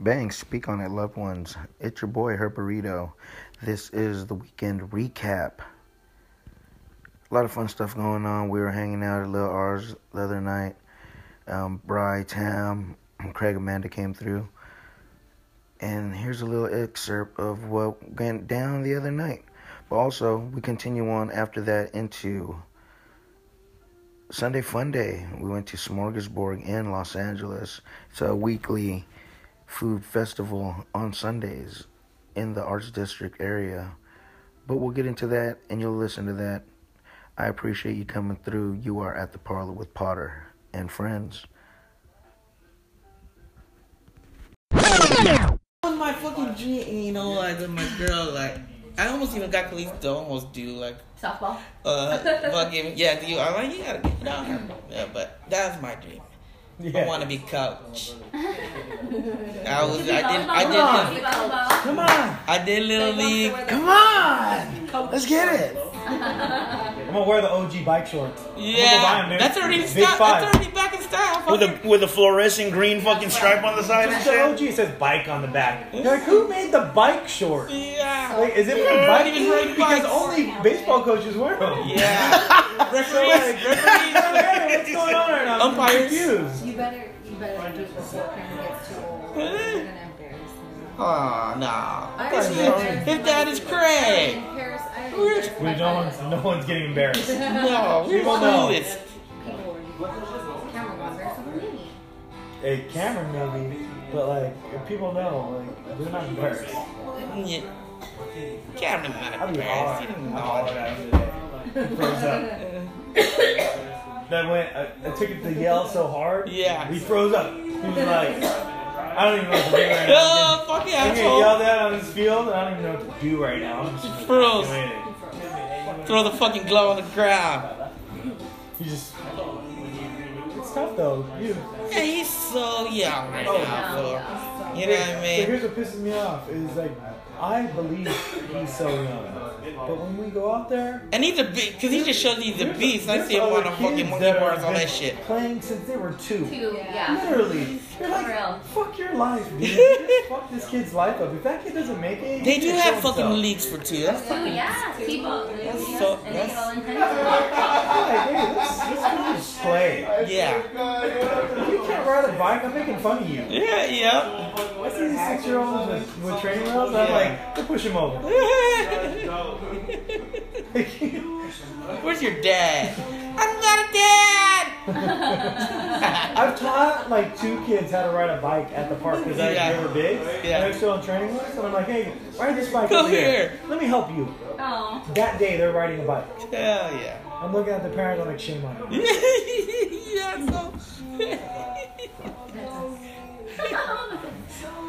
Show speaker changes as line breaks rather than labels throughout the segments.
Bang, speak on it, loved ones. It's your boy, Her Burrito. This is the weekend recap. A lot of fun stuff going on. We were hanging out at Lil R's the other night. Um, Bry, Tam, and Craig Amanda came through. And here's a little excerpt of what went down the other night. But also, we continue on after that into Sunday Fun Day. We went to Smorgasbord in Los Angeles. It's a weekly food festival on Sundays in the Arts District area. But we'll get into that and you'll listen to that. I appreciate you coming through. You are at the parlor with Potter and friends.
on my fucking dream, and you know, like with my girl, like I almost even got police to almost do like
Softball.
uh fucking yeah, do you? I'm like you gotta get it out here, yeah. But that's my dream. I want to be coach. I was, I did, I did, I did,
Come on.
I did little league.
Come
Let's get it.
I'm gonna wear the OG bike shorts. buy 'em,
Yeah,
dude.
that's already in
Big
style.
five.
That's already back in style.
With
fucker.
a with a fluorescent green fucking stripe on the side and
It's the
shit.
OG. It says bike on the back. You're like, who made the bike short?
yeah,
Like, is it for
Yeah,
biking?
even riding
Because
bikes.
only baseball coaches wear them.
yeah. referees, referees,
Hey, what's going on right now? I'm
Umpires.
confused.
You better, you better do it before Karen gets too old. You're gonna embarrass me.
Oh no.
I
That's
already
His dad is
I
Craig.
already embarrassed- I already
We're-
embarrassed
We
my
no one's,
father.
no one's getting embarrassed.
No, we're
People know.
clueless.
People were- Cameron was there, so believe me.
Hey, Cameron maybe, but like, if people know, like, they're not embarrassed.
Yeah. Cameron not
I'd be
embarrassed.
hard.
He
I'd be
didn't
hard
know.
out today. Froze up. That went. I, I took it to yell so hard.
Yeah.
We froze up. He was like, I don't even know what to do right now.
Oh, fucking
I'm getting
asshole.
yelled at on this field. I don't even know what to do right now. I'm just
Froze.
doing it.
Throw the fucking glove on the ground.
You just. It's tough though. You.
Yeah, he's so young right now, fool. You know what I
So
mean?
here's what pisses me off is like, I believe he's so young, but when we go out there.
And he's a beast, because he just showed he's a
there's-
beast. I
there's
see him
other
on the fucking
kids
monkey
that
bars,
have
all
been
that shit.
Playing since they were two.
Two, yeah.
Literally. You're like,
For real.
fuck your life, dude. You just fuck this kid's life up. If that kid doesn't make it,
They
he
do
can
have
kill
fucking
himself.
leagues for two. That's
Two, yeah. People. yeah.
so-
And they
that's-
get all intense.
Like, hey, let's, let's go just play.
yeah.
If you can't ride a bike, I'm making fun of you.
Yeah, yeah.
I see these six year olds with, with training wheels, and I'm like, go push him over.
Where's your dad? I'm not a dad!
I've taught like two kids how to ride a bike at the park because I
Yeah.
they were big.
Yeah.
And they're still on training wheels, and I'm like, hey, ride this bike
Come
over here.
here.
Let me help you.
Oh.
That day, they're riding a bike.
Hell yeah.
I'm looking at the parent, I'm like, shame on you.
yeah, so.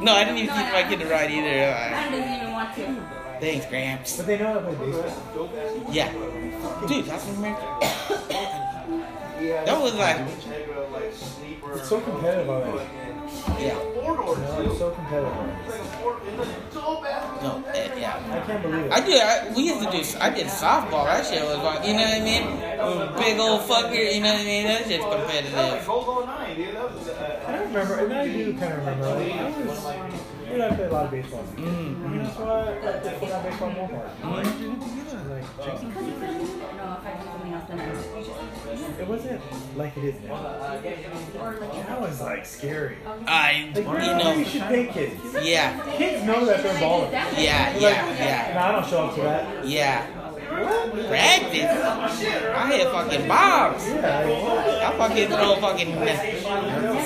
no, I didn't even teach my kid to ride either. Uh,
Karen doesn't even want to.
Thanks, Gramps.
But they know how to play baseball.
Yeah. Dude, that's from America. That was like,
It's so competitive already.
yeah.
No, it's so competitive.
No, eh, yeah.
I can't believe
I
it.
did, I, we used to do, I did softball. That shit was like, you know what I mean? With Big old fucker, you know what I mean? That shit's competitive.
I don't remember, and I do kind of remember. Like, I was, you know, I played a lot of baseball. Mm-hmm. That's why I like, to put out baseball more hard. Like,
Because you couldn't do that. No, if I do something else, then I would. You just-
it wasn't like it is now.
Or like.
That was like scary.
I, you
Like, you know, you
know,
should pay kids.
yeah.
Kids know that they're balling. Nah,
Yeah, yeah,
I don't show up to that.
yeah, yeah. Practice. I hit fucking bombs.
Yeah, like, what?
I fucking throw fucking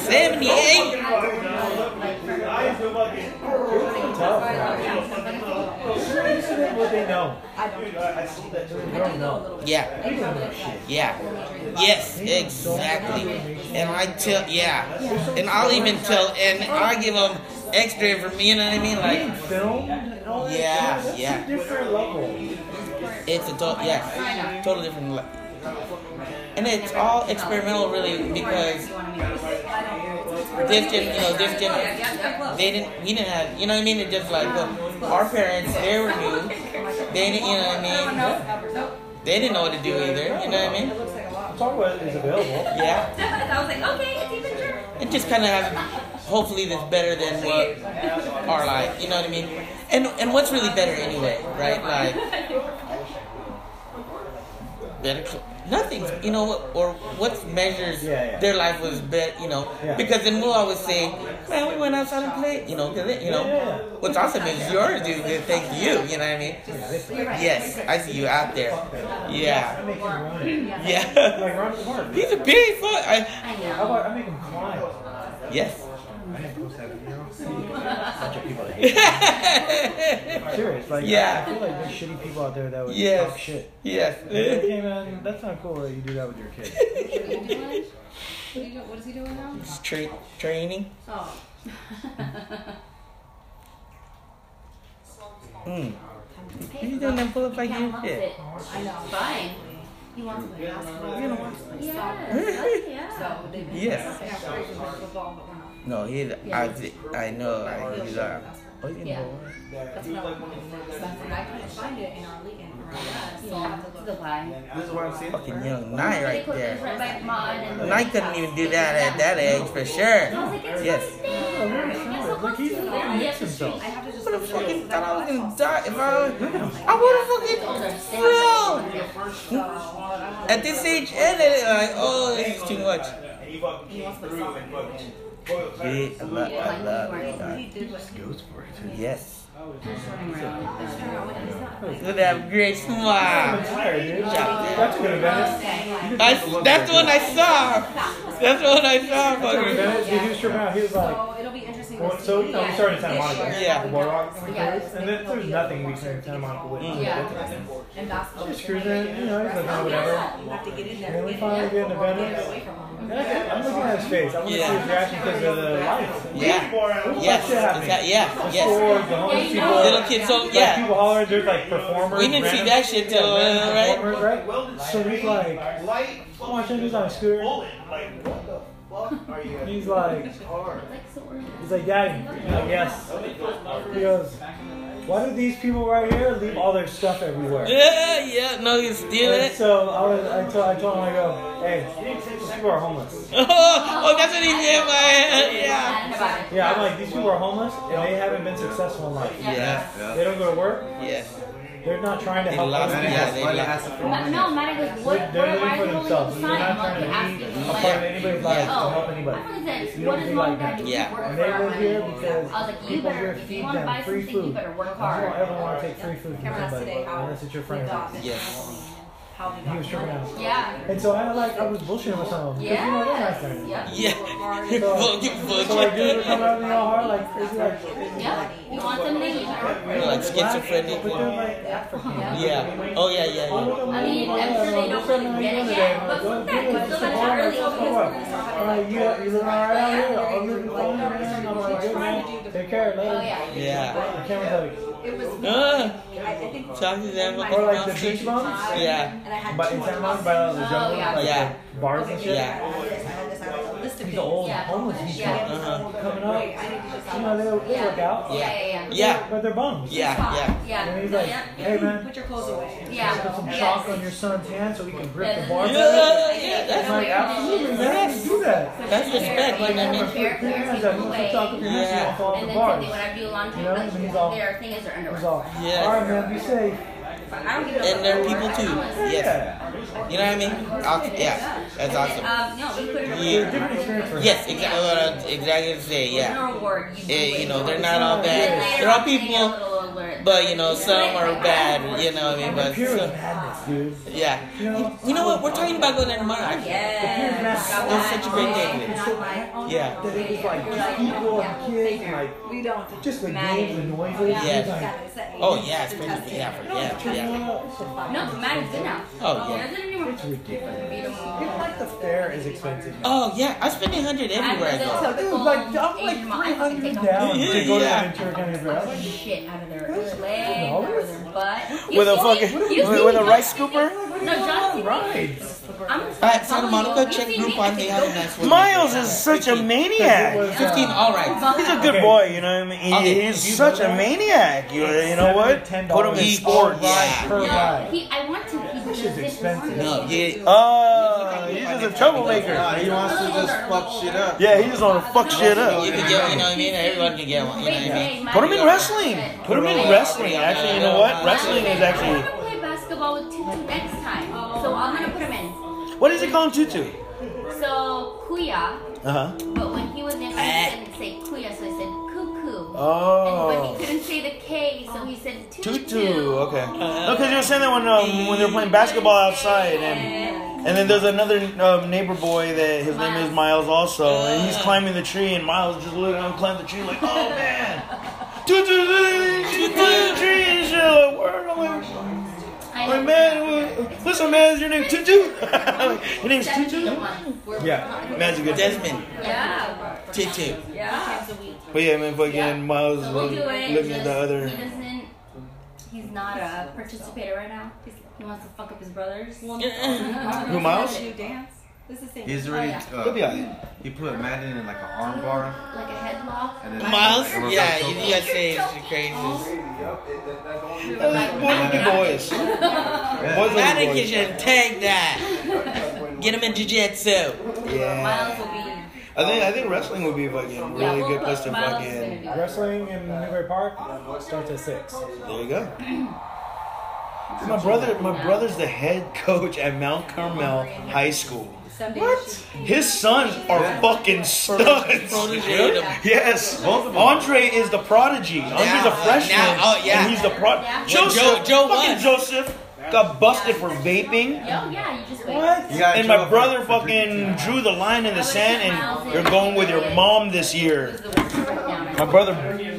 78.
tough. man. This is what they know. They don't know.
Yeah.
They don't know shit.
Yeah. Yes, exactly. And I tell, yeah. And I'll even tell, and I give them extra information, you know what I mean?
Being
Like,
filmed and all that
Yeah,
stuff, that's
yeah.
a different level.
it's a total, yeah, total different. le- And it's all experimental, really, because this gen, you know, this gen, they didn't, we didn't have, you know what I mean? It's just like, well, our parents, they were new. They didn't, you know what I mean? They didn't know what to do either. You know what I mean?
Talk about it is available.
Yeah.
I was like, okay, take a picture.
It just kind of has, hopefully, that's better than what our life. You know what I mean? And and what's really better anyway, right? Like better, cl- nothing's. You know what? Or what measures
Yeah, yeah.
their life was better? You know,
Yeah.
because then we'll always say, man, we went outside and played. You know, because you know,
Yeah, yeah.
what's awesome is yours do good thing to you. You know what I mean? Yes, I see you out there.
I
Yeah,
make him run.
yeah.
Like run to the park.
He's a big fuck. I,
I
How
know.
about I make him climb?
yes.
I didn't post that video.
yes.
I'm serious. Like,
Yeah.
I feel like there's shitty people out there that would talk Oh, shit. Like,
Yes.
hey man, that's not cool that you do that with your kid.
What are you doing? What are you doing- What is he doing now?
It's tra- training.
Oh.
Mm. You doing them pull-ups like
Yeah,
you?
loves
Yeah.
it. I know. It's Fine. He wants to play basketball. He wants to play
Yes, yeah.
So they've been
Yes.
yeah, we're gonna play football, but we're not.
No, he's. I, I know. I, he's. Uh, oh, you
Yeah.
know.
That's what I want to do. So I said, I couldn't find it in our league in around us, so I
Yeah,
have to
the
look.
lie.
This is why I'm saying.
Fucking young Nye right there.
Like mine and
And I couldn't even do that at that age for sure.
I was like, it's
Yes.
right there. It's so
Like, he's
close to
fucking
you.
mixed himself.
I have to just
Would
look
have
it up,
fucking
'cause I
thought I was
know
gonna
that's
die if I. I would have fucking thrilled.
all.
At this age, and then, like, oh, this is too much.
And he fucking came through and fucking. boiled
Yeah, I love, I love,
He
I
did what he
Goes for it.
love. Yes.
was running around. He's trying to win. He's not playing.
Look at that great
I'm
smile.
tired, dude.
Yeah.
That's a good event.
Okay.
I, that's the one I saw. That's the one I saw,
That's a good
fucker.
event. Dude, he was tripping out. He was like,
So it'll be interesting to
Well,
see.
so, you know, we started in Santa
this
Monica.
year.
Yeah.
Boardwalk and
Yeah,
Queens, and then there's nothing between Santa Monica and
Yeah. And basketball.
Just cruising, you know, he's looking at whatever.
You have to get in there.
And we
get in
finally
there.
get into Venice.
Get away from home.
And I can- I'm looking at his face. I want to
Yeah.
see his reaction because of the lights.
Yeah. Yes. Exactly. Yeah. Yes.
Stores, the homeless people.
Little kids. So
Like
yeah.
people hollering, there's like performers.
We didn't see
random-
that shit till,
yeah, random
uh, right?
performers,
Welded
So he's like,
screen, light,
"Oh,
I'm watching this on a scooter.
bullet. Like, what the fuck are you?
And he's like,
hard.
he's like, Daddy. I'm like, yes. He goes, Why do these people right here leave all their stuff everywhere?
Yeah. Yeah. No, you steal
And
it.
so I was, I told, I told him, I go, hey, these people are homeless.
Oh, oh, that's what he did. My yeah.
Yeah.
Yeah, I'm like, these people are homeless and they haven't been successful in life.
Yeah.
They don't go to work.
Yes.
They're not trying to
They
help.
lost
other
it.
people.
Yeah, they laugh.
Ma- No, Maddie goes, what,
They're
what are
living
why
for
are you holding the
themselves. They're
sign?
not
Like,
trying
you're
to
asking
be
me,
a part of
like,
anybody's life
Oh.
to help anybody.
I wanted this.
You
What
don't
is
be
wrong
like
with that?
that.
You
Yeah.
work
And
for
they
our
live here
money.
because
I was like, you
people
better,
here
if you
feed
want to
them
buy
free
something, you
food.
better work
I don't
hard.
ever want to take free food from
Remember us
somebody
today how
unless it's your
we
friend.
got this
Yes.
happening and How we got.
He was tripping
money.
out.
Yeah.
And so I like I was bullshitting with some of them. 'cause, You know, they're my friends.
Yeah.
Yes.
Fucking
So like dudes would come
bullshit.
out and they all hard like crazy like
Yeah. You want something, you better work for it.
Like schizophrenic.
but they're like African.
Yeah. Oh yeah. Yeah. yeah.
I mean, I'm sure they don't really get it yet, but fuck that, because it's so much earlier, because we're gonna start having,
I'm like,
like,
you, you look alright out here. I'm living fine, man. I'm like, good man. Take care,
Oh,
love.
yeah.
Yeah.
The camera's like,
It was.
Ah.
I, I think.
Talk to them.
or like the beach bums.
Yeah.
And I had
But
too
in
much
San Juan, by all the
Oh,
jungle,
yeah.
like
Yeah.
the bars and shit.
I
Yeah.
had this. I had this. I had a list of
These
things.
are old
Yeah.
Oh, homeless beach
Yeah.
bums
Uh-huh.
coming
Wait,
up.
I need to just.
You know, they, they work out.
Yeah, yeah, yeah.
Yeah.
But they're bums.
Yeah. Yeah.
Yeah.
And he's like,
Yeah.
hey man,
Put your clothes away.
Yeah.
put some
Yes.
chalk on your son's hand so he can grip the bar. better.
Yeah. Yeah.
I'm
That's
like, absolutely, man, you do that.
that's respect. Like I mean.
Fair,
Your
fair,
hands
fair,
up, you
away.
can talk to your hands, you
Yeah.
won't fall off
And
the
then
bars.
something when I do laundry,
You know,
like,
and he's all-
their thing is their underwear.
He's all,
Yes.
alright man, be safe.
I don't give a.
And they're people too. Yes.
Yeah.
You know what I mean? I'll, yeah. That's awesome.
Um, no, we put it
It's a
Yeah.
in
different experience for him.
Yes, exactly what I exactly what I say, yeah.
a reward. do
Eh, you know,
it.
they're not all bad. They're all people, but you know, some are bad, you know what I mean? But
Pure
so,
madness, dude.
yeah. You know what? We're talking about going there tomorrow. actually.
Yes.
That's such a great day.
It's so bad.
Yeah.
That it was like just people and kids and like
We don't.
just the games and noises.
Yes.
It's like,
Oh, yeah, it's pretty good. Yeah, for- yeah, yeah.
No, but Maddie's good now.
Oh, yeah.
It doesn't anymore.
It's ridiculous. Even like the fare is expensive. now.
Oh, yeah. I spend 100 everywhere I go.
It
Oh,
was like I'm like 300 down to go to
Yeah.
Ventura County Fair. I was like,
Shit out of their
That's
legs, out of their butt. You
With a
see
fucking
me- you see
with, with
me
a rice
fucking-
scooper.
No, John,
Rides.
I'm
Alright, Santa Monica,
You
check
see me,
group
I
on. They
can
had a
go-
nice one.
Miles is such a maniac.
uh,
15, alright.
He's a good boy, you know what I mean? He-
Okay, if you
he's such a
go-
maniac. You, you know what? Put him in
Each
sports.
ride.
Per
No,
ride.
he, I want to. He
This
this
shit's expensive.
No, yeah.
Oh, he's just a troublemaker.
Nah, he wants to just fuck shit up.
Yeah, he just want to fuck shit
You
up.
can get one, you know what I mean? Everyone can get one, you know what I mean?
Put him in wrestling. Put him in wrestling. Actually, you know
Uh,
what? Wrestling is
I'm
actually.
gonna play basketball with Tutu next time, so I'm gonna put him in.
What is it called, Tutu?
So Kuya,
Uh huh.
but when he was in, he didn't say Kuya, so I said Cuckoo. And when
Oh.
he couldn't say the K, so he said Tutu. Uh-huh.
Tutu. Okay. No, because you were saying that when um, when they were playing basketball outside and. And then there's another um, neighbor boy that his name is Miles also, and he's climbing the tree, and Miles just literally on climbed the tree like, oh man, toot toot toot, toot toot, tree and shit. Like, word, I'm like,
I
like, man, wh- listen, man, is your name Tutu? Like, your name's Tutu?
Yeah.
Man's a good.
uh, Desmond,
Yeah.
Tutu.
Yeah.
But yeah, man, fucking Miles
So
is
we'll do
like,
it.
looking at the
Just-
other.
He doesn't. He's not a participator right now. He's, he wants to fuck up his brothers.
Who, Miles?
He's already.
He'll be
Uh,
alright.
he put Madden in like an arm bar,
Like a headlock.
and then
Miles?
and we're
Yeah,
back to-
you you gotta say it's crazy.
Those Boys will be boys. Boys will be boys.
Mannequin, take that. Get him in jujitsu.
Yeah.
Miles will be.
I think I think wrestling would be fucking
Yeah,
really
we'll
good
put
place to
Miles is gonna
fucking.
be-
Wrestling in Newbury Park starts at six.
There you go. My brother, my brother's the head coach at Mount Carmel High School.
Someday she-
His sons are fucking studs.
Protege him.
Yes, Andre is the prodigy. Andre's a
Now,
freshman,
now, oh, yeah.
and he's the prodigy.
Yeah.
Joseph,
Joe- Joe
fucking
was.
Joseph, got busted for vaping.
Yo, yeah, you just wait.
You gotta
And my
chill out
brother
for- for
fucking
drinking.
drew the line in the sand, and you're going with your mom this year.
The words right down.
My brother,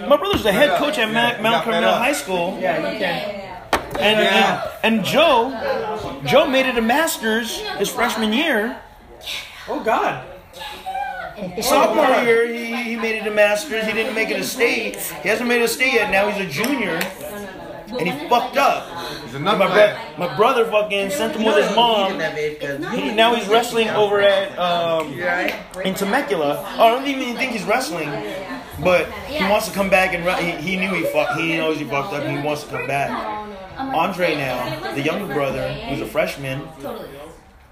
my brother's the head coach at Ma- Mount Carmel High School.
Yeah, you can.
And,
Yeah.
and and Joe, Joe made it a Masters his freshman year.
Oh God.
Sophomore year, he, he made it a Masters. He didn't make it a state. He hasn't made a state yet. Now he's a junior, and he fucked up.
He's
And
another
my,
guy.
bro- my brother fucking sent him with his mom. He, now he's wrestling over at um, in Temecula. Oh, I don't even think he's wrestling, but he wants to come back and re- he, he knew he fucked. He knows he fucked up. and He wants to come back. Andre now, the younger brother, who's a freshman,
Totally.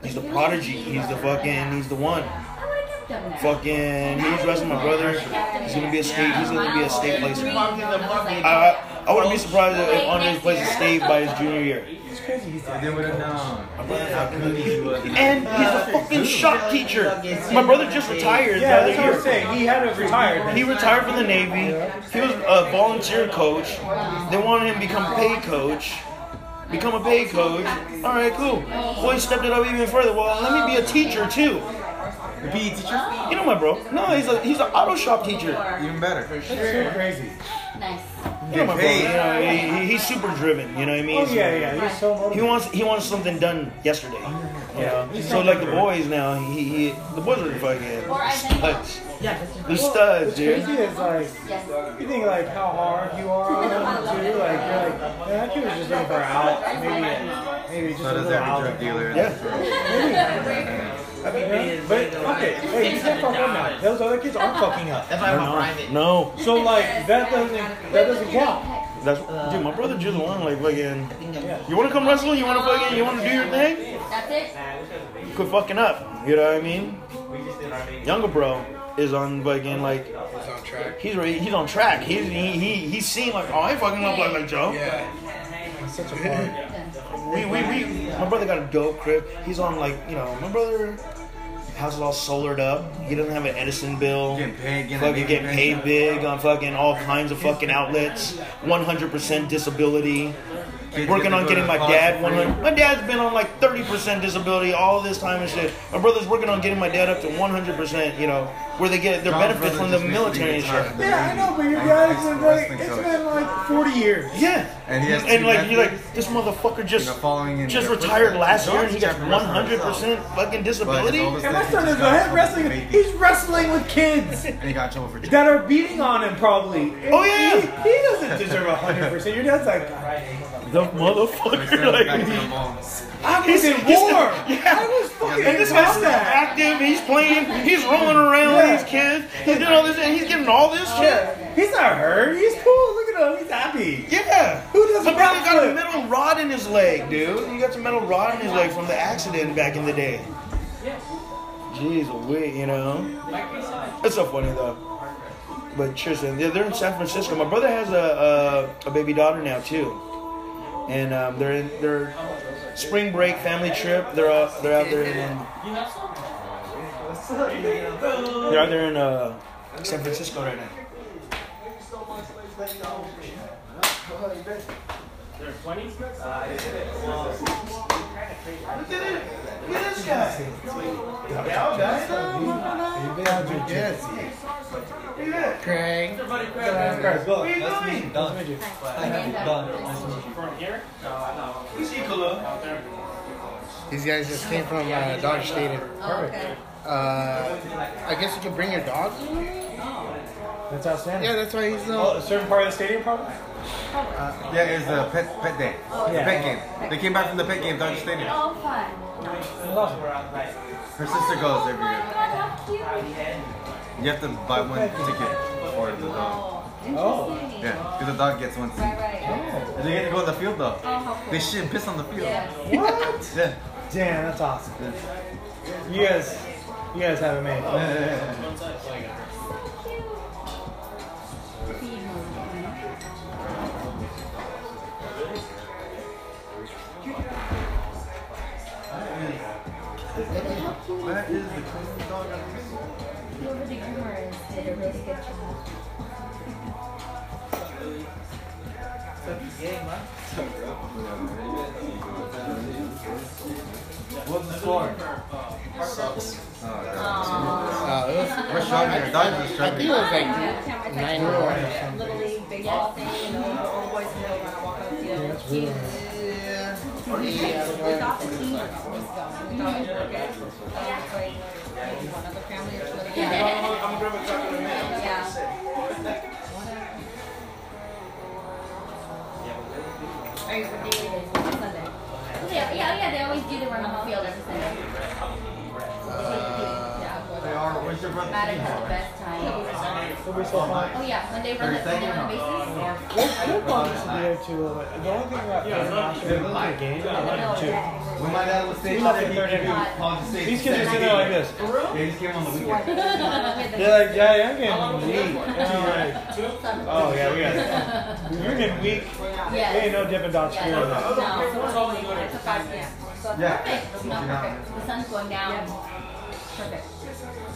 He's the prodigy. He's the fucking. He's the one.
I would have kept him there.
Fucking. He was wrestling my brother. He's gonna be a state. He's gonna be a state placer. I I, I wouldn't be surprised if Andre plays a state by his junior year.
It's crazy. He's
They would have known.
And he's a fucking shop teacher. My brother just retired the
yeah, that's what I
other
was
year.
saying. He had a retired.
He retired from the Navy. He was a volunteer coach. They wanted him to become a pay coach. Become a pay coach. All right, cool. Well, he stepped it up even further. Well, let me be a teacher too.
PE teacher?
You know my bro. No, he's a he's an auto shop teacher.
Even better.
That's so crazy.
Nice.
You know my brother.
Hey.
You know, he, he- he's super driven. You know what I mean?
Oh yeah, yeah. He's so
He
motivated.
wants he wants something done yesterday. You know? So like the boys now, he, he the boys are fucking studs. They're studs,
Crazy
dude.
is like
Yes.
you think like how hard you are on him too. Like you're like man, that kid was just looking for an out. Maybe maybe just
So
a
does
little
every
out.
drug dealer. in
Yeah.
this world.
Yeah, But okay, hey, you can't fuck up now. Those other kids aren't fucking up.
That's why I'm a private.
No,
So like that doesn't that doesn't count.
that's
Uh,
dude. My brother drew the line like fucking.
Yeah.
You want to come wrestle? You want to fucking? You want to do your thing?
That's it.
Quit fucking up. You know what I mean? Younger bro is on fucking like he's already- he's on track. He's he he he's seen like oh I ain't fucking up like, like Joe.
Such a hard.
We, we, we, my brother got a dope crib. He's on like, you know, my brother house is all solared up. He doesn't have an Edison bill.
Getting paid, getting
Fucking getting
paid.
paid big on fucking all kinds of fucking outlets. 100% disability.
Kids
Working
get to
on
go
getting
to
my
college
dad
for
100.
free.
My dad's been on like 30% disability all this time and shit. My brother's working on getting my dad up to 100%, you know, where they get their
Donald
benefits from the
Brothers just makes me
military and
think
shit.
of-
Yeah, I know, but you
I'm
guys,
an
it's like,
ex-wrestling
it's
coach.
been like 40 years.
Yeah.
And he has
And
two
like you're
nephews,
like this motherfucker
you know,
just
following in
just
their
retired
footsteps.
last year and
John's
he gets
a wrestler
100 percent
himself.
fucking disability.
But his
And
oldest
my
nephew
son is
just
a
got
head
in
wrestling.
trouble for
He's wrestling with kids
And he got in trouble for
that are beating on him, probably.
Oh, yeah.
He, he doesn't deserve 100%. Your dad's like,
The
He sent him
motherfucker
back to
like
the mall.
I was in war. I was fucking
And this
in
guy's still
combat.
active. He's playing. He's rolling around
Yeah.
with these kids. He's doing all this, and he's getting all this shit.
Yeah, he's not hurt. He's cool. Look at him. He's happy.
Yeah.
Who does
But
a
bro, he got a
backflip?
metal rod in his leg, dude. He got a metal rod in his leg from the accident back in the day. Jeez, a wit, you know. It's so funny though. But Tristan, they're, they're in San Francisco. My brother has a a, a baby daughter now too, and um, they're in their spring break family trip. They're out, they're out there in they're out there in uh, San Francisco right now. Look at this guy.
Craig.
What are you doing?
These guys just came from uh, Dodge Stadium.
Okay.
Uh, I guess you could bring your dog.
That's outstanding.
Yeah, that's why he's uh,
Oh,
no.
a certain part of the stadium, probably.
Yeah, it was the pet, pet day. The pet game. They came back from the pet game, Dodger Stadium.
Oh, fun.
Her sister goes
Oh,
every
my
year.
God, how cute.
You have to buy one ticket for the dog.
Interesting.
Yeah, because the dog gets one
Right,
seat.
right.
They get to go to the field though.
Oh, how cool.
They shit and piss on the field.
Yeah.
What?
Yeah.
Damn, that's awesome.
Yeah.
You guys, you guys have it made.
That is the cleanest dog I've ever seen.
Whoever the groomer is did a really good job.
What's the score? Oh, God.
Uh, it was,
We're struggling. Dodgers are
I think it
struggling.
was like
Yeah, camera's like
nine or something.
Little league baseball thing, and the old boys in the middle wanna walk up to you.
Without the team, it's going. Without the cricket, it's like, like one other family or two other families.
Yeah. Or you could do it on Sunday. Yeah, yeah, yeah, they always do the run on the field every Sunday.
They
Yeah,
are. Where's your brother?
Madden's the best time. Oh, yeah, when they run the when they run bases.
We'll probably just be there too. but The only thing about yeah, the game,
No, yeah.
When my dad was stationed,
We left
he
at third
gave me
inning.
Paul just
these kids are sitting there like this.
They just came on the weekend.
They're like, yeah, yeah, I'm getting weak. And I'm like, oh yeah, we got it. You're getting weak.
Yes.
There ain't no Dippin' Dots here.
No, it's a five p.m. So it's
Yeah.
perfect. No, perfect. The sun's going down. Perfect.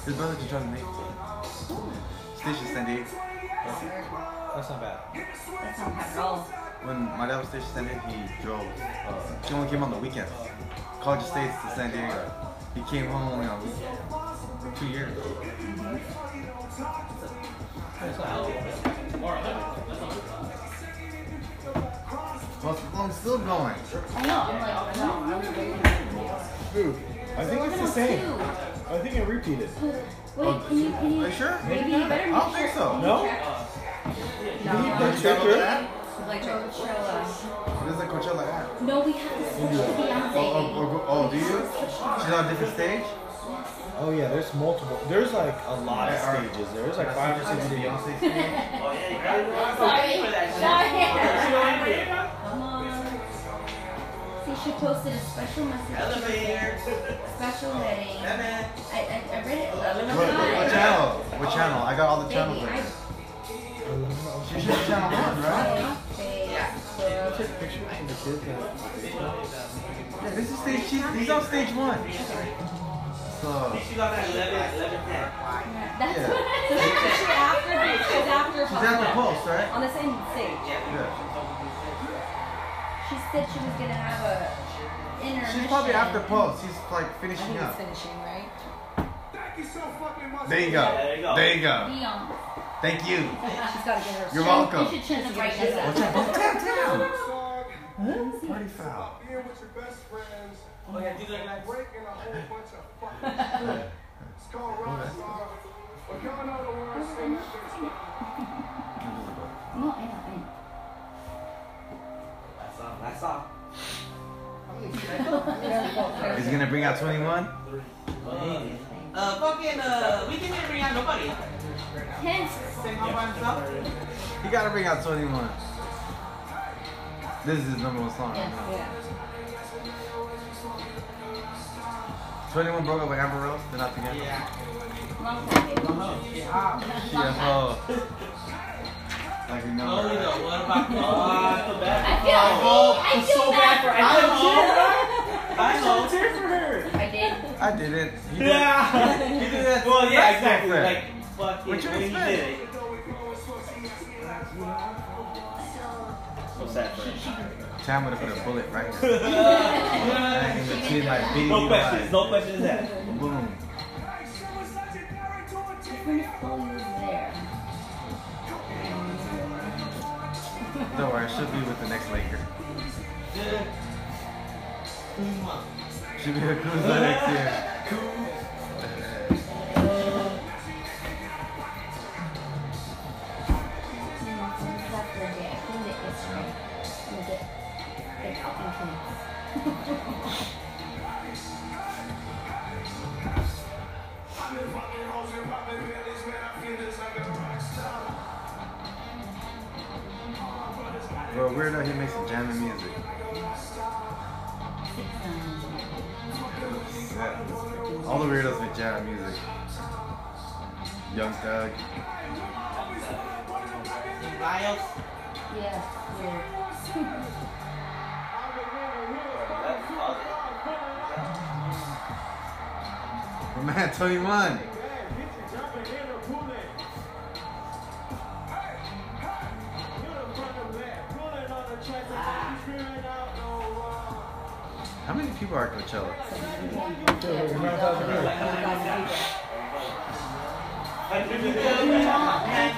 His brother can try to make Station San Diego.
That's not bad.
That's not bad at all.
When my dad was stationed in San Diego, he drove. Uh, he only came on the weekends. College States to San Diego. He came home only on weekends. Two years. Well, I'm still going.
I know. I'm like, no, I was waiting.
Dude, I think it's the same. I think it repeated.
Wait, can you, can
Are
you?
you sure? I
Maybe you better make
don't
sure.
think so.
No?
No.
Check your-
Like Coachella.
This is a Coachella app.
No, we have to switch to Beyonce.
Oh, oh, oh, go- oh, do you? She's on a different stage?
Oh yeah, there's multiple. There's like a lot of stages. There's like five or six stages.
Beyonce stage.
Sorry. Sorry. Come on. See, she posted a special message. Elevator. Special wedding. I, I, I read it.
What, what, what channel? What channel? I got all the channels.
Baby, I
right. She should be channel one, right?
Facebook.
Yeah, this is stage. She's, he's on stage one. So
That's
Yeah.
what I said.
She's after this. She's after
she's at the
Papa.
pulse, right?
On the same stage.
Yeah.
She said she was gonna have a intermission.
She's probably after pulse. She's like finishing up.
finishing, right?
There
There
you
you
go.
go.
There you go.
Leon.
Thank you.
She's got to get her.
You're welcome.
You should turn the brightness up.
What's up? What's up? Party foul.
Oh, yeah, these are like
No, I haven't.
That's all. That's all.
Is he gonna bring out 21?
Uh, fucking, uh, we didn't bring out nobody.
Hence,
Sing all by himself.
He gotta bring out 21. This is his number one song right now.
Yeah.
21 broke up with Amber Rose. They're not together.
Yeah.
long time.
She a hoe. oh. Like we
Oh,
know. her.
you know, what about, oh, I feel bad.
I feel, I feel bad. for
I hope. I hope.
Cheer for her.
I did.
I did it. You did it.
Yeah.
You did it.
Well, yeah,
Right
exactly.
there.
Like, fuck
What
it,
you
when he
expect?
did it. So sad for him.
Tam would have put a bullet right there. Like in between my beady
No questions.
eyes.
No questions asked.
Boom.
Different if Chloe was there.
Don't worry, she'll be with the next Laker. She'll be with Kuzma next year.
You know, so it's not for a day. I cleaned it yesterday. I'm gonna get get it up and clean.
Bro, weirdo, he makes jamming music.
Six times.
Yeah. All the weirdos make jam music. Young Thug.
Lyles.
Yes, weird.
My man, 21. How many people are at Coachella?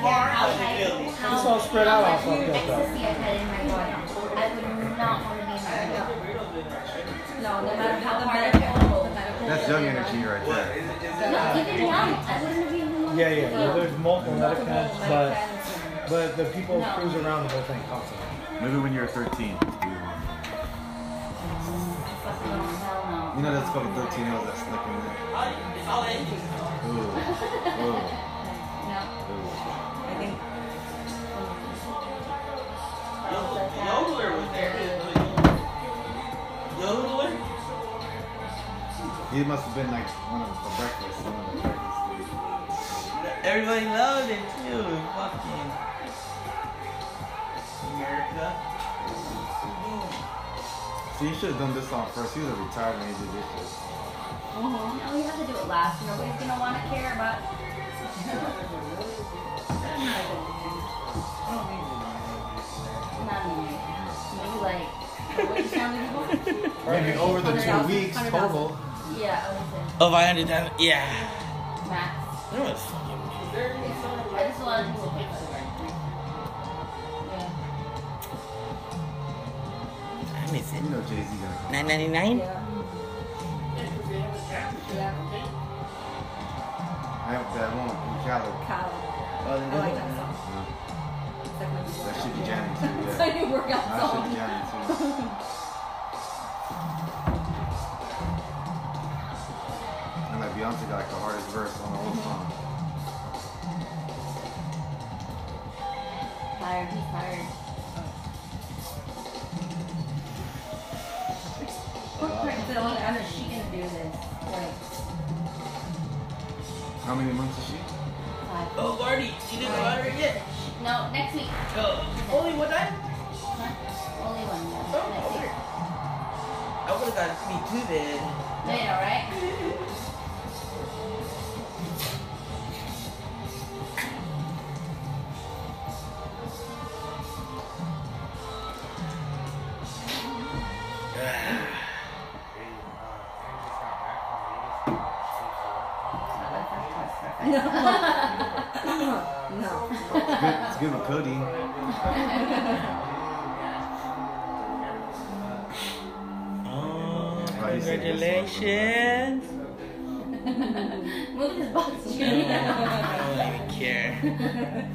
How
It's all spread out
how
all
much
fucked up, though.
ecstasy I had in my body. I would not want to be in my body.
No, no matter how hard I go, no matter
That's young energy right there.
No, even young, I wouldn't have even wanted
Yeah,
to
yeah.
be
Well,
young.
there's multiple
Oh,
medicaments, but but the people
No.
cruise around the whole thing constantly.
Maybe when you were 13.
Fucking hell no.
You know that's fucking 13 year olds that's slipping in. Ooh. Ooh.
No.
I think
Yodeler was there. Yodeler?
He must have been like one of the breakfast, one of the breakfast
Everybody loved it too. Fucking America.
dudes. So you should have done this song first. He was a retired when he did this shit.
No, we have to do it last. Nobody's gonna want to care about. Not me. Maybe like what you sounded before.
Maybe over the two
100,000,
weeks
100,000.
total.
Yeah, I
Oh, I understand. Yeah.
was in max.
That was fucking
I just wanted to do it. Yeah.
time is
You know Jay Z gonna
Nine ninety nine.
Yeah. Yeah.
come. I hope that one with Callow.
Kyle. I like that song. It's like my
That should be jamming too.
It's
Yeah.
like a workout
That should
song.
be jamming too. And like Beyonce got like the hardest verse on the whole song.
Tired. He's tired. What part is going on? Is she gonna do this? Like
How many months is she?
five.
Oh, Barty, she didn't go out yet.
No, next week.
Oh, only one time.
Huh? Only one.
Oh,
Yeah. Next week.
okay. I would have got me too then.
No, you know, right?
That's
Not my friend.
no.
Good, it's good with codeine.
Oh,
Right, you said yes, Lord.
congratulations.
Move this box.
I don't even care.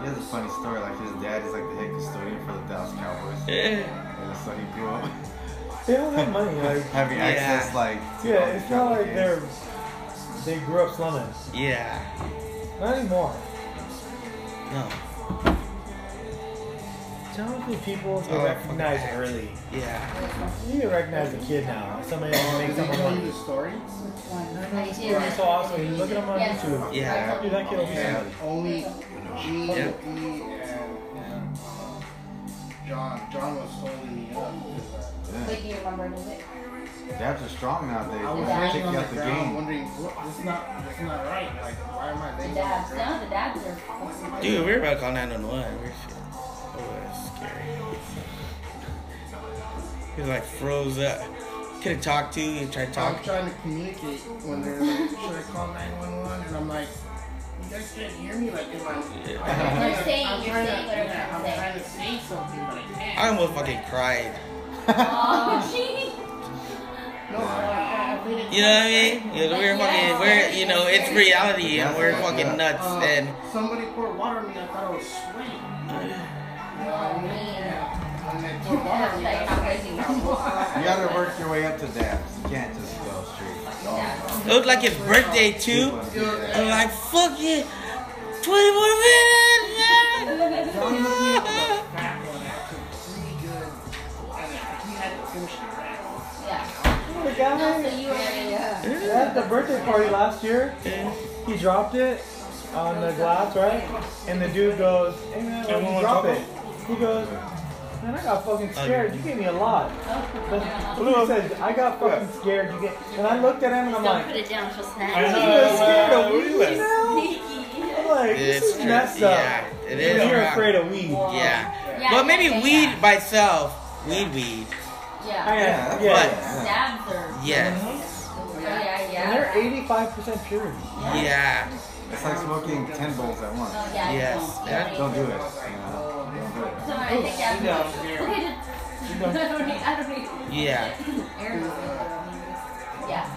He has a funny story. Like his dad is like the head custodian for the Dallas Cowboys,
Yeah.
and so he grew up
They don't have money. Like,
having
Yeah.
access like. to all
yeah,
the
it's not
Cowboy
like they're
games.
they grew up slumming.
Yeah.
Not anymore.
No.
Generally, people
Oh,
they recognize
fuck.
early.
Yeah.
You can recognize a kid now. Somebody that makes someone
tell you the
money.
story?
I do.
It's so awesome. You look at them on
Yes.
YouTube.
Yeah.
Dude, that kid will be
Yeah,
somebody.
only me,
Yeah.
D, and, and uh, John. John was holding me up.
Wait, do you remember music?
Dads are strong nowadays.
I
They
was
kick
laying
you
on the
out the
ground
game.
wondering, what, this is not, this is not right. Like, why am I
The
laying on
dabs.
the
No,
ground?
the dabs are fucking
Dude, we were about to call 911. We're shit. Oh, that's scary. He was like froze up. Couldn't talk to you. Tried to
I'm
talk.
trying to communicate when they're like, should I call 911? And I'm like, you guys can't hear me. Like, am I? I'm
You're saying- you're
trying to-
saying whatever
yeah,
I'm
I'm
saying.
trying to say something, but I can't.
I almost fucking cried.
Oh, gee.
No, I, I, I made it.
You know what I mean? You know, we're fucking, we're, you know, it's reality and we're fucking nuts
Uh,
and
somebody poured water on me. I thought I was sweating. Yeah. And they poured water on me.
Like,
That's
how
what I
crazy
think
you
I was.
You gotta work your way up to dabs. You can't just go straight.
Yeah.
it looked like his birthday too. I'm like, fuck it. 20 more minutes.
John hit me with
man.
a fat one that took pretty good. And he had to finish it right.
Yeah.
Oh, the
No, so
guy
you were yeah.
at the birthday party last year, he dropped it on the glass, right? And the dude goes, "Hey man, why'd you
Everyone
drop
talk?
it?" He goes, "Man, I got fucking
Oh,
scared. You gave me a lot." The dude says, "I got fucking scared. You get." And I looked at him and I'm
Don't put
like,
it down, she'll
I
snap.
know.
"You're scared of
Where you
weed
at?
now?"
Sneaky.
I'm like, "This
It's
is
true.
messed
Yeah,
up."
it
And
is.
You're
rough.
afraid of weed.
Yeah.
Yeah,
But
yeah,
maybe
yeah,
weed
yeah.
by itself, weed, weed.
I
Yeah.
Yeah,
am. Yeah.
Dabs are.
Yes.
Oh, yeah,
And they're
yeah.
85% purity.
Yeah.
It's like smoking ten bowls at once.
Oh, yeah.
Yes.
no, yeah.
Don't do it. You know? Don't do it.
So I think that's Okay, just- I don't need. I don't need.
Yeah.
Aaron's over. Yeah.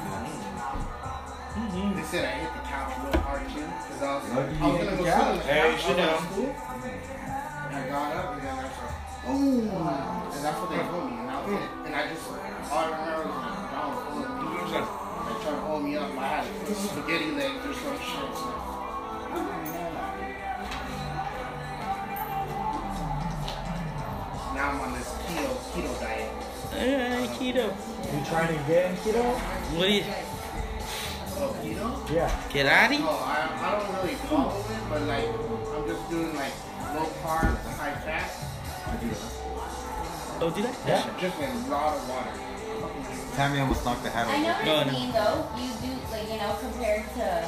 They said I hit the couch real hard too, 'cause I was, I was
Lucky you hit
gonna
the
go sit
couch.
on the
Hey, you
couch.
should
I
know.
went to sleep, And I got up and then I was like, oh, and that's what they told me, and that was it. And I just, all I remember was like, John was pulling me, he was like, like trying to hold me up. I had spaghetti legs or some shit. So. Now I'm on this keto keto diet.
Alright, keto.
You trying to get in keto?
What do you
Oh, keto?
Yeah.
get out
No, I, I don't really follow it, but like I'm just doing like low carb, high fat,
Oh, do that?
just a lot of water.
Tammy almost knocked the hat
I
off.
know what
No,
you
no.
mean though. You do like you know compared to.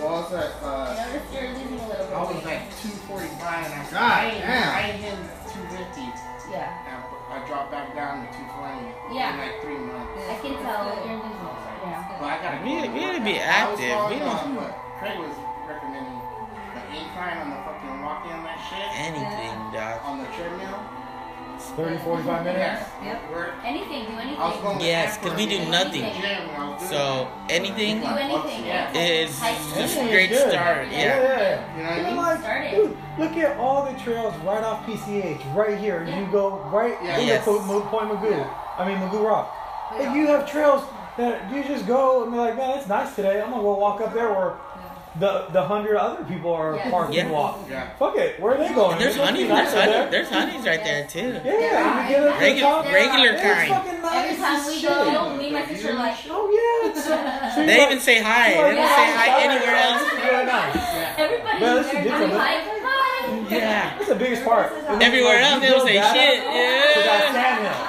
Well, it's
I
like uh,
noticed you're losing a little bit.
I
of
was
weight.
like 245, and I
God
said, I ain't,
damn.
I ain't hitting 250.
Yeah.
And I dropped back down to 220
Yeah.
in like three months.
I can tell that you're losing. Yeah.
But I gotta
We-
go to
we
work.
gotta be
I was
active.
following,
We don't-
uh, what Craig was recommending the incline on the fucking walk in that shit
Anything, dog.
on the treadmill.
30, 45 minutes?
Yep.
Work.
Anything. Do anything.
I was going
Yes, 'cause we do nothing. So anything
do anything.
Yeah.
is just a
Anything is
great
good.
start.
Yeah,
Yeah.
yeah, yeah.
You know what I
Dude,
mean?
like,
Started.
dude, look at all the trails right off PCH, right here. You go right
Yeah.
into
Yes.
Po- Mo- Point Magoo. I mean Magoo Rock. Like, you have trails that you just go and be like, man, it's nice today. I'm gonna go walk up there where the the hundred other people are
Yeah.
parking
Yeah.
walk.
Yeah.
Fuck it, where are they going?
And there's
It must
honey,
be
there's
nice up
honey,
there.
there's honeys right there too.
Yeah, you get up to the
Regu-
top.
regular
It's
kind.
fucking nice
Every time
as
we
shit.
go, me and my sister are like.
Oh yeah, it's so, so you're
They even
like-
say hi.
you're
They
like,
don't
"Yeah,
say
I'm
hi
sorry."
anywhere else.
It's really nice.
Everybody
Man,
there,
that's ridiculous.
I'm like, hi.
Yeah.
That's the biggest part.
Everywhere else, they don't say shit.
To that
Yeah.
sandhill.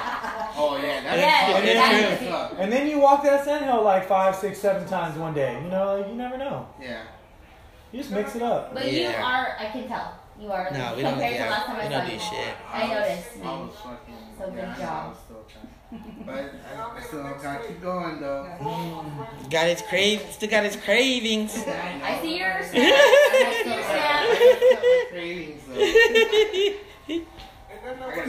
Oh yeah, that's
Yeah,
fucked.
exactly.
That's fucked.
And then you walk that sandhill like five, six, seven times one day. You know, like, you never know.
Yeah.
You just mix it up.
But you
Yeah.
are, I can tell. You are.
No, we don't.
compared to last
Yeah,
time
we
I
don't
saw
do
you.
shit.
I noticed.
I
man.
was fucking.
So good
yeah, I
job.
was still trying. But I, I still gotta keep going though.
Got his crave. Still got his cravings.
I see your snap. I see your snap.
I still cravings though.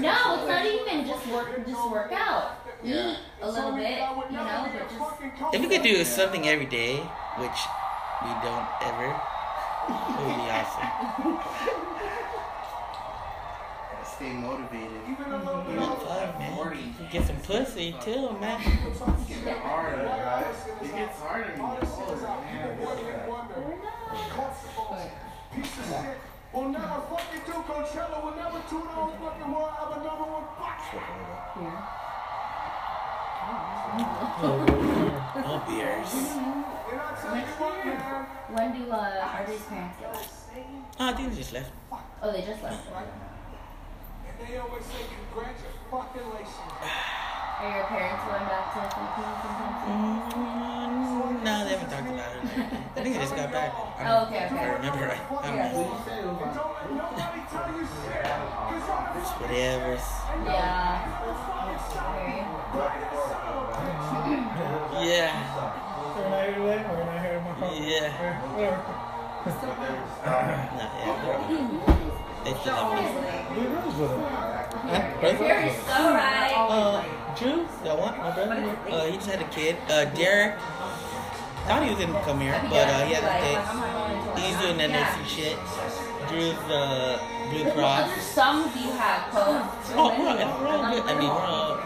No, it's not even just work. Just work out. Eat a little bit, you know, but just
If we could do something every day, which we don't ever, it would be awesome.
Gotta Stay motivated.
Fuck, man. Get some pussy too, man.
It's getting harder, right? It gets harder when you're older, man.
here.
No beers.
When do uh, Arby's parents get back?
Oh, I think they just left.
Oh, they just left. Are your parents going back to the Philippines sometime?
Mm, No, they haven't talked about it. I think they just got back. I
Oh,
don't-
okay,
If I
okay.
remember right. I don't
Yeah.
know. It's whatever.
Yeah. Very.
Yeah.
We're not here today. We're not here tomorrow.
Yeah.
Whatever.
Not yet. They still have me.
Who knows with it?
Huh? Brother?
You're so right.
Uh, Drew, that one, my brother. Uh, he just had a kid. Uh, Derek. Thought he was gonna come here, but uh, he had a
Like,
kid.
I'm not going to work.
He's doing that
Yeah.
Nixie shit. Drew's uh, Blue
What other
Cross.
songs do you have, Cole?
Oh, we're all, we're all good. I mean, we're all,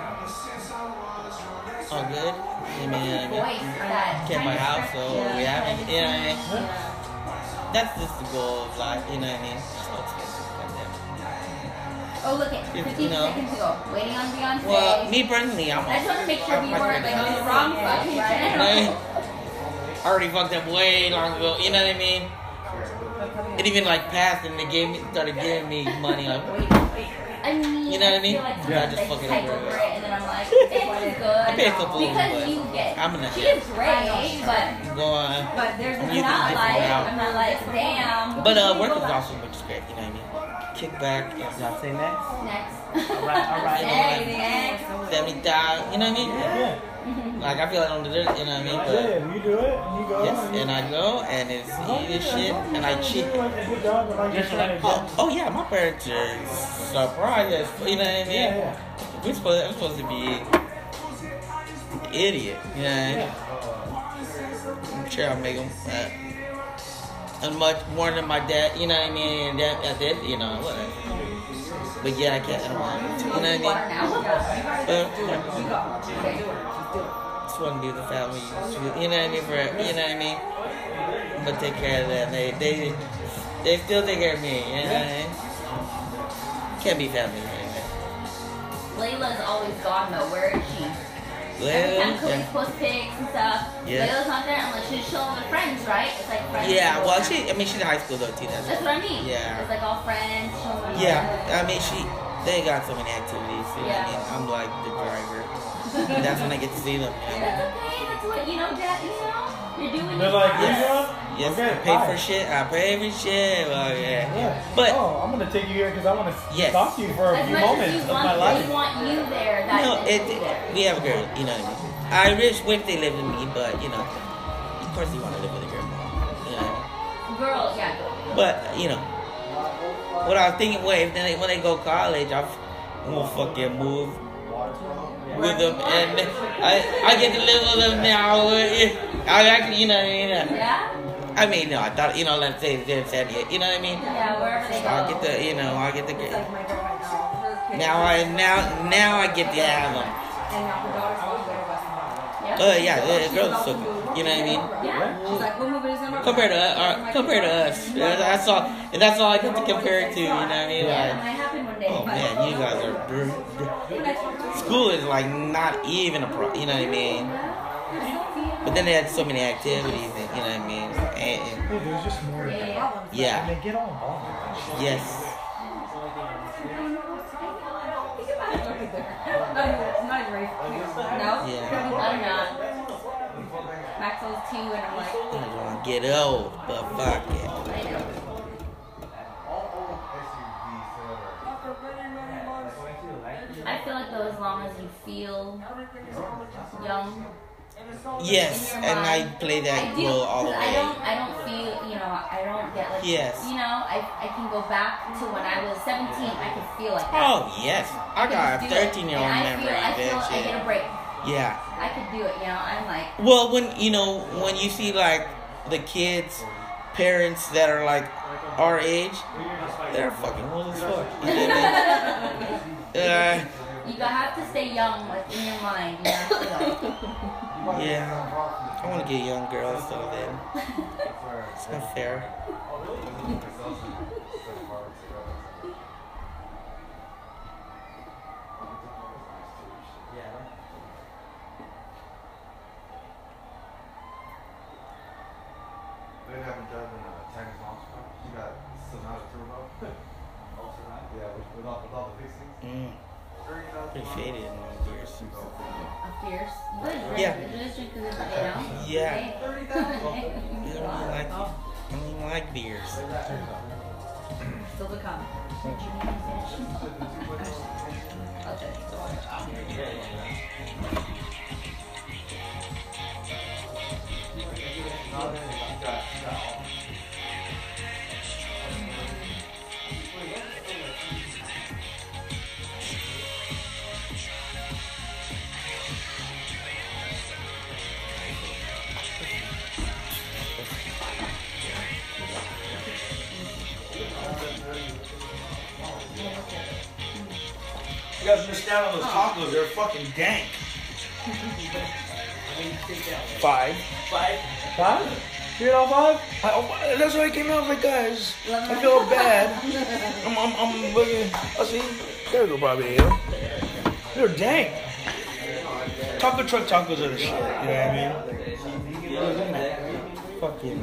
all good. I mean,
Voice
I
that
kept my house, so we haven't. You know what I mean?
Yeah.
That's just the goal of life. You know what I mean? Just let's get this goddamn-
Oh, look at 15
You know.
seconds ago. Waiting on Beyonce.
Well, me personally, I'm.
I just want to make sure we
I'm
weren't like on the wrong fucking
I
channel.
already fucked up way long ago. You know what I mean? It even like passed, and they gave me started giving me money. Like,
I mean,
You know what I mean?
feel like
Yeah,
I
just fucking
type
over
over
it.
it, and then I'm like, it's good. I
pay a couple,
because
but
you get.
I'm gonna-
She is great, but
go on.
But there's
I'm
I'm
using
not
my phone
like
out.
I'm not like damn.
But uh, work was awesome, which is great. You know what I mean? Kick back and not say next.
Next.
Alright, alright,
Next,
alright.
next.
Seventy thousand. You know what I mean?
Yeah.
Like I feel I don't deserve it. You know what I mean? But
Yeah, you do it. You Oh, go.
yes, and I go and it's easy as shit, and I cheat.
Just
Oh, oh yeah, my parents are surprised. as- You know what I mean?
Yeah, yeah.
We're supposed, I'm supposed to be an idiot. You know what I mean? I'm sure I'll make them uh, as much more than my dad, you know what I mean? And that, that, that you know, whatever. But yeah, I can't, I don't want to, you know what I
Water
mean?
now.
But, you know, just want to do the family, you know what I mean? For, you know what I mean? I'm gonna take care of them. They, they, they still take care of me, you know what I mean? Can't be family, anyway.
Layla's always gone though. Where is she? Every time
Well,
Chloe's
yeah.
posts pics and stuff,
Yeah.
Layla's not there unless she's chilling with friends, right? It's like friends.
Yeah,
chilling
well,
with
she, I
friends.
mean, she's in high school though, too. That's
That's what I mean.
Yeah.
It's like all friends chilling. with friends.
Yeah, I mean she. They got so many activities. You know what I
Yeah.
mean? I'm like the driver. And that's when I get to see them. you know?
That's okay. That's what you know, Dad. You know, you're doing.
They're
your
like,
best.
yeah.
Yes,
okay,
I pay
bye.
for shit. I pay for shit. Well, yeah.
Yeah.
But-
oh, I'm gonna take you here because I want to
Yes.
talk to you for a
As
few
much as
moments
you
of
want,
my
we
life.
want you there. That
No,
is
it,
you there.
we have a girl. You know what I mean? I wish wish they lived with me, but you know, of course you want to live with a girl. You know?
Girl, yeah. girl.
But you know, what I was thinking, wait, if they, when they go college, I'm, I'm gonna fucking move with them, and I I get to live with them now. I actually, you know what I mean?
Yeah.
I mean, no, I thought, you know, let's say they're San Diego, you know what I mean?
Yeah. Wherever they
So
go.
I'll get the, you know, I'll get the, now I, now, now I get to have them.
Yeah.
Uh, yeah, the girls are so good, you know what I mean?
yeah.
Compared to, uh, compared to us, that's all, and that's all I get to compare it to, you know what I mean?
That
Like,
might happen one day.
oh man, you guys are, br- br- school is like not even a pro, you know what I mean? But then they had so many activities, and, you know what I mean? And, and,
Dude, there's just more. to do.
Yeah.
And
yeah,
they get all involved.
yes.
No?
Yeah.
I'm not.
Maxwell's two, and I'm like,
I'm gonna get old, but fuck it.
I know. feel like though, as long as you feel young,
Yes,
in your
and I
mind.
play
I
that
do.
role all the
'cause I
way.
don't. I don't feel. You know. I don't get like.
Yes.
You know. I, I can go back to when I was 17. I could feel like. that.
Oh yes, I
could
got a
just do it.
13 year old
And I
memory.
feel- I feel
That
I get a
shit.
break.
Yeah.
I could do it. You know. I'm like.
Well, when you know when you see like the kids, parents that are like our age, they're fucking old as fuck. You Uh, know what I mean?
You go- have to stay young, like in your mind. You have to, like,
Uh, yeah, I want to get young girls though. Then it's not fair.
They haven't done uh, Tanger's mom's car. She got Sonata Turbo. Yeah, with, with, all, with all the fixings.
Mm, pretty faded in those years.
a fierce. What is drink?
Yeah.
Just drink because it's you know.
Yeah. I
Okay.
don't even like. I don't even like beers.
Still to come. Okay.
You guys missed out on those tacos. They're fucking dank. Five.
Five? Three out of five?
I, oh, that's why I came out like, guys, I feel bad. I'm, I'm, I'm looking. I see. There we go, Bobby. Yeah. They're dank. Taco truck tacos are the shit. You know what I mean? Fuck you.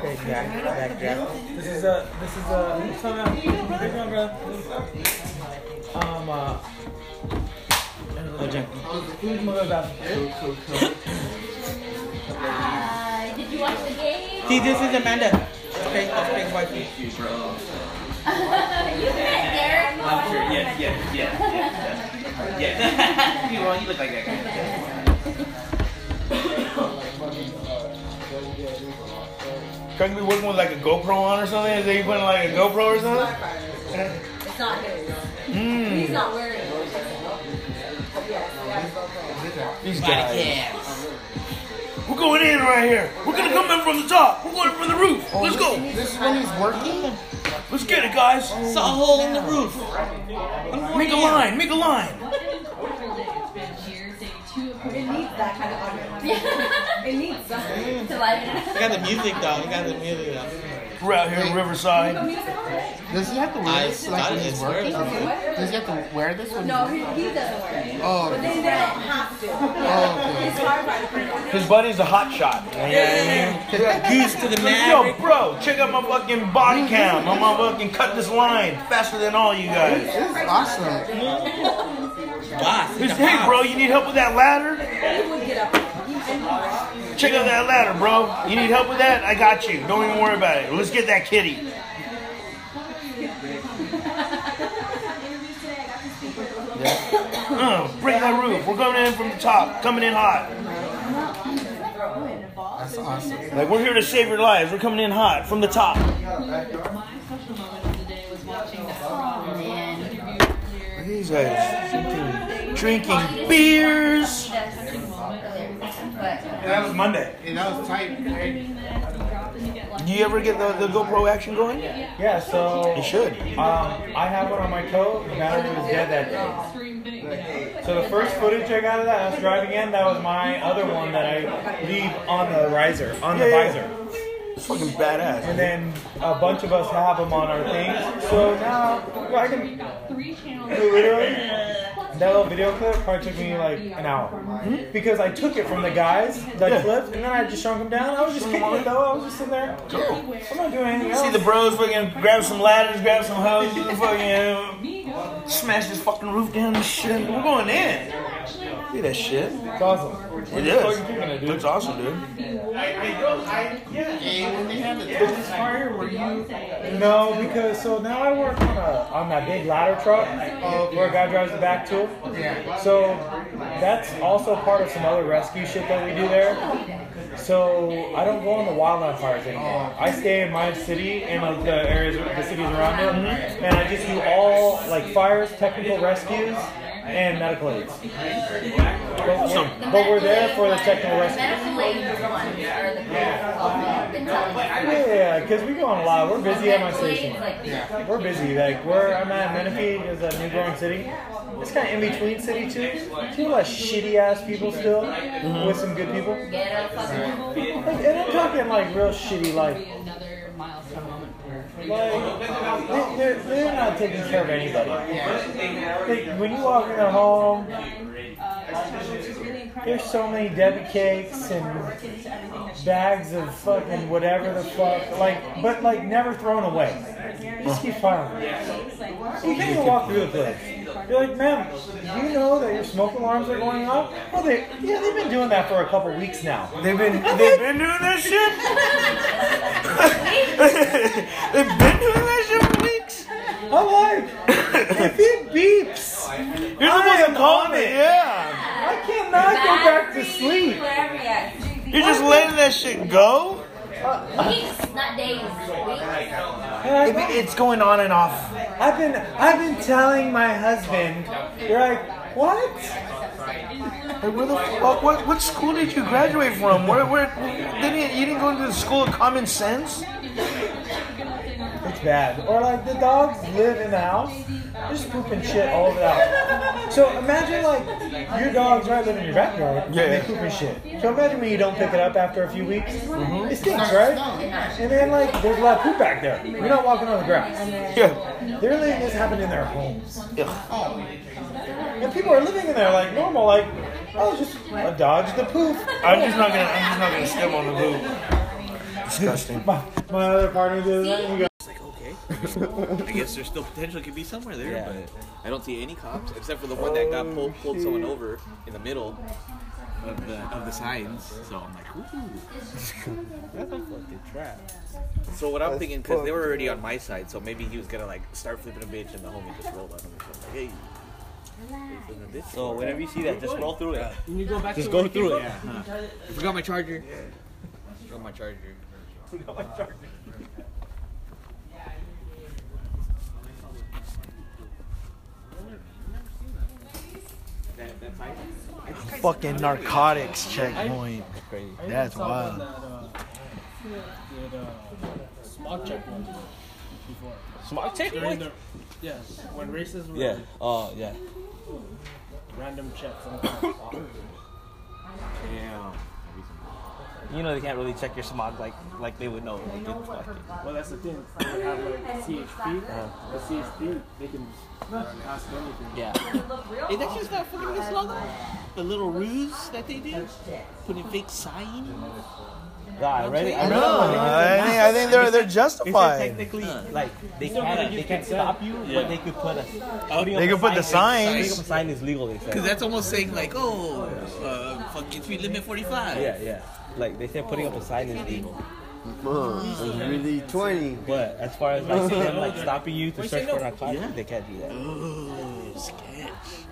Hey, Jack. Back, Jack.
This is a. This is a. Time out. Break down, bro. Um, uh.
Oh, Jack.
Food move about
Uh, did you watch the game?
See, this is Amanda. Okay, that's big wifey.
you did, Derek.
I'm sure. Yes, yes, yes, yes, yes. yes. you, wrong, you look like that guy.
Couldn't be working with like a GoPro on or something? Is they putting like a GoPro or something?
It's not his.
Mm.
He's
Mmm.
not wearing it.
These
Body
guys.
cams.
We're going in right here. We're gonna come in from the top. We're going from the roof. Let's go.
This is when he's working?
Let's get it, guys.
Saw a hole in the roof.
Make a line. Make a line.
It needs that kind of audio. it needs that.
To lighten it up.
We got the music though. We got the music though.
We're out here in Riverside.
Does he have to
I
wear this like
thought
when he's
it's
working?
working.
Does he have to wear this when
No,
he's
he, he doesn't wear it.
Oh,
But they, they don't have to.
Oh, okay.
It's hard by the people.
His buddy's a hot shot.
Goose to the
Yo,
Maverick.
bro, check out my fucking body cam. I'm gonna fucking cut this line faster than all you guys.
This is awesome.
Boss.
Just, hey, bro, you need help with that ladder?
He would get up. And
Check out that ladder, bro. You need help with that? I got you. Don't even worry about it. Let's get that kitty. Uh, break that roof. We're coming in from the top. Coming in hot.
That's awesome.
Like, we're here to save your lives. We're coming in hot from the top.
Oh, man.
These guys drinking beers.
He does. But,
That was Monday.
Hey, that was tight. Hey,
Do you ever get the, the GoPro action going?
Yeah, so.
You should.
Um, I have one on my toe. The battery was dead that day. So the first footage I got of that, I was driving in. That was my other one that I leave on the riser, on the
Yeah, yeah.
visor.
It's fucking badass.
And then a bunch of us have them on our things. So now I can literally that little video clip probably took me like an hour because I took it from the guys that
Yeah.
flipped, and then I just shrunk them down. I was just kicking it though. I was just sitting there. I'm not doing anything
See the
else.
bros fucking grab some ladders, grab some hoses, and fucking uh, smash this fucking roof down and shit. We're going in. Look at that shit.
It's awesome.
It is. Looks awesome, dude.
And when they have the Texas fire, were you?
No, because so now I work on a on that big ladder truck where a guy drives the back tool.
Yeah.
So that's also part of some other rescue shit that we do there. So I don't go on the wildland fires anymore. I stay in my city and like the areas, the cities around it,
Mm-hmm.
and I just do all like fires, technical rescues, and medical aids. But we're, but we're there for the technical
The
rescue.
medical aid ones are the best. I've been telling you.
Yeah, because we go on a lot. We're busy at my
Medical aid's
station.
like-
We're busy. Like where I'm at, Menifee is a new growing city. It's kind of in between city too. There's a lot of shitty ass people still, with some good people.
Get a fucking
Like, and I'm talking like real shitty, like
Another milestone moment for
like they, they're, they're not taking care of anybody. They, when you walk in their home, there's so many Debbie cakes and bags of fucking whatever the fuck, like, but like never thrown away. Just keep firing. You can't even walk through the place. You're like, ma'am, do you know that your smoke alarms are going off? Well, they, yeah, they've been doing that for a couple weeks now.
They've been they've been doing that shit. they've been doing that shit for weeks.
I'm like, if it beeps,
You're supposed to call me. Yeah.
I cannot go back to sleep.
Whatever, yeah.
You're just letting that shit go.
Weeks, not days. Weeks.
And I-
It's going on and off.
I've been I've been telling my husband. You're like, what?
Hey, where the fuck? What, what school did you graduate from? Where where? Didn't you, you didn't go to the school of common sense?
It's bad. Or like the dogs live in the house, they're just pooping shit all over the house. So imagine like your dogs right live in your backyard. and
Yeah.
They pooping shit. So imagine when you don't pick it up after a few weeks.
Mm-hmm.
It stinks, right? And then like there's a lot of poop back there. You're not walking on the grass.
Yeah.
They're letting this happen in their homes.
Yeah.
And people are living in there like normal, like, oh just uh, dodge the poop.
I'm just not gonna. I'm just not gonna step on the boot. Disgusting.
My, my other partner the other night, he goes,
It's like, okay. I guess there's still potential could be somewhere there, but I don't see any cops except for the one that got pulled, pulled someone over in the middle of the of the signs. So I'm like, ooh, that's a fucking trap. So what I'm thinking, because they were already on my side, so maybe he was gonna like start flipping a bitch, and the homie just rolled on him. So I'm like, hey. you flipping a bitch So whenever you see that, just roll through it.
Just go through it.
I forgot my charger. Forgot my charger.
Fucking narcotics checkpoint. That's wild.
Smog checkpoint before.
Smart
During
checkpoint.
the, yes, when races were
Yeah. Oh, yeah.
random checks.
You know they can't really check your smog like like they would know. Like, it's like-
well, that's the thing. They have like CHP. The CHP, they can ask anything.
yeah. Hey, that shit's not fucking this long though. The little ruse that they did, putting fake sign.
God, ready? I
No, Oh, I think, I think they're they're justified.
Technically,
Like, they can they can stop you, but they could put a
They could put the signs.
sign is legal. They said.
Because that's almost saying like, oh, uh, fucking speed limit 45.
Yeah, yeah. Like they said, putting up a sign is legal.
Really 20.
But as far as like them like stopping you to search for narcotics, they can't do that.
Oh, sketch.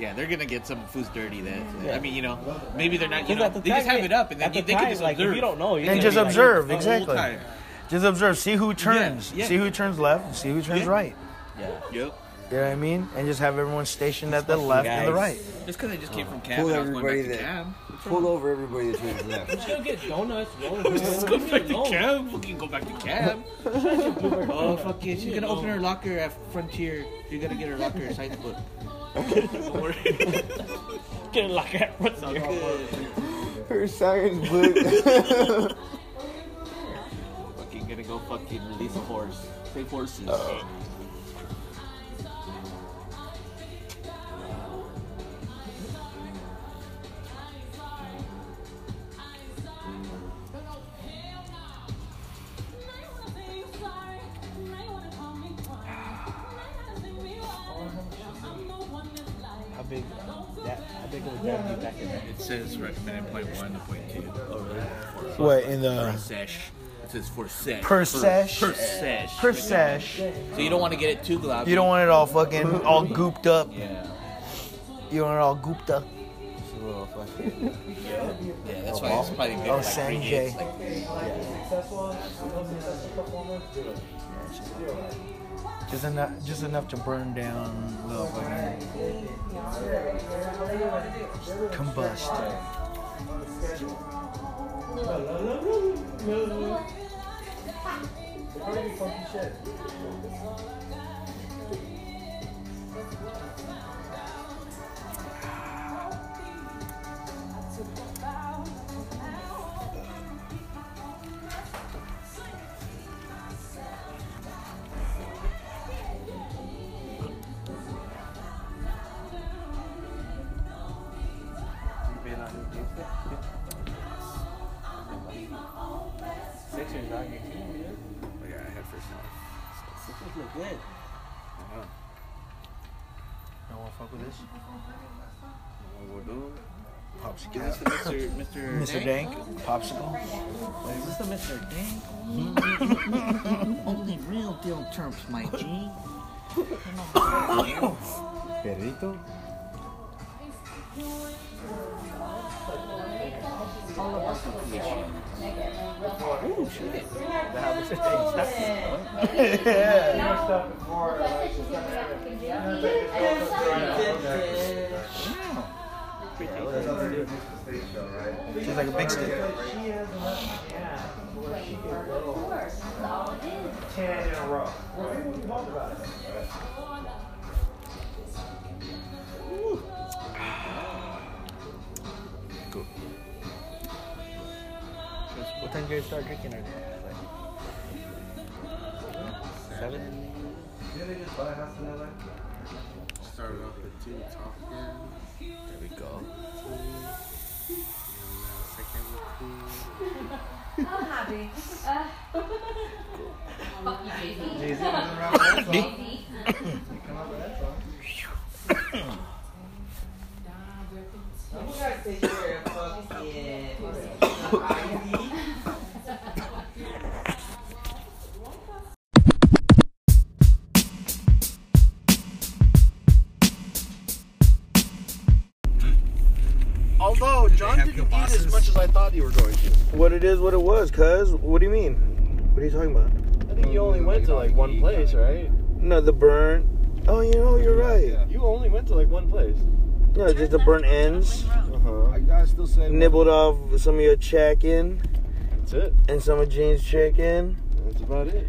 Yeah, they're gonna get some food's dirty then. I mean, you know, maybe they're not. You know,
at the
they just
time,
have it up, and then
at
you,
the
they
time,
can just
like,
observe.
If you don't know, you're
And
gonna
just
be like,
observe
the whole
exactly.
time.
Just observe. See who turns.
yeah.
See who turns left. and See who turns
Yeah.
right.
Yep.
You know what I mean? And just have everyone stationed at the left and the right.
Just because I just came from cab,
Pull
and I was going back
everybody
to
that.
cab.
Pull over everybody that turns left.
You'll get donuts. roll
I was just going
donuts,
back to
roll.
cab. Fucking go back to cab. oh fucking! She's gonna open her locker at Frontier. You're gonna get her locker at Science Book.
get a locker at what's up.
Her science book.
Fucking gonna go fucking release a horse. Say horses.
How big that? How big
take a look at it back in there. It says recommended point one to point two. Oh, really? For-
What, in the-
For a sesh. It says for sesh.
Per sesh?
Per sesh.
Per sesh.
So you don't want to get it too globby.
You don't want it all fucking all gooped up.
Yeah.
You want it all gooped up.
It's a little fucking. yeah, that's why it's probably good.
Oh,
like,
Sanjay.
reheats, Like,
Just enough, just enough to burn down little fucking combust.
yeah, I had first one.
No one fuck with this.
We'll do. Is
Popsicle.
this the Mr. Mr.
Mr. Dank, popsicle.
Wait, is this the Mr. Dang?
Only real deal terms, my G.
Perrito. She's like a big stick.
Uh-huh.
Ten in a row.
What time do you guys start drinking? Or like seven?
Didn't they just buy a house in LA?
Started off with two top again. There we go.
Although John didn't eat as much as I thought you were going to. What it is, what it was, cuz. What do you mean? What are you talking about?
I think you only went to like one place, right?
No, the burn. Oh, you know, you're right.
You only went to like one place.
No, just the burnt ends.
I gotta still say
Nibbled off some of your chicken
That's it.
and some of Gene's chicken.
That's about it.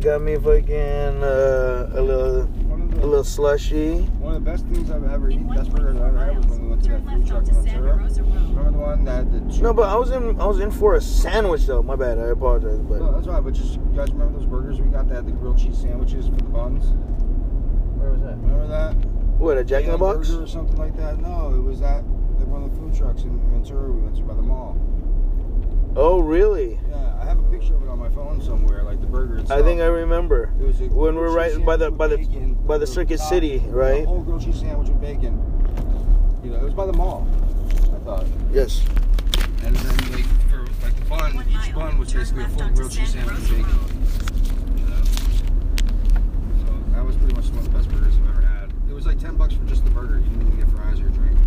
Got me fucking uh, a little,
One of
a
the
little slushy.
one of the best things I've ever eaten, best burgers I've ever had was when we went to that food truck in Ventura. Remember the one that the
No, but I was in, I was in for a sandwich though. My bad. I apologize,
No,
but
Oh, that's right. But just you guys remember those burgers we got that had the grilled cheese sandwiches for the buns? Where was that? Remember that?
what a Jack in the
Ham
Box?
burger or something like that? No, it was that like one of the food trucks in Ventura we went to by the mall.
Oh, really?
Yeah, I have a picture of it on my phone somewhere, like the burger itself.
I think I remember.
It was a
When we're
grilled
right
cheese
by the-
sandwich
by the-
with bacon,
by the
with
Circuit
top,
City, right?
A whole grilled cheese sandwich with bacon. You know, it was by the mall. I thought.
Yes.
And then like for like the bun, each bun was basically a full grilled cheese sandwich with bacon. You know? So that was pretty much one of the best burgers I've ever had. It was like ten bucks for just the burger. You didn't even get fries or a drink.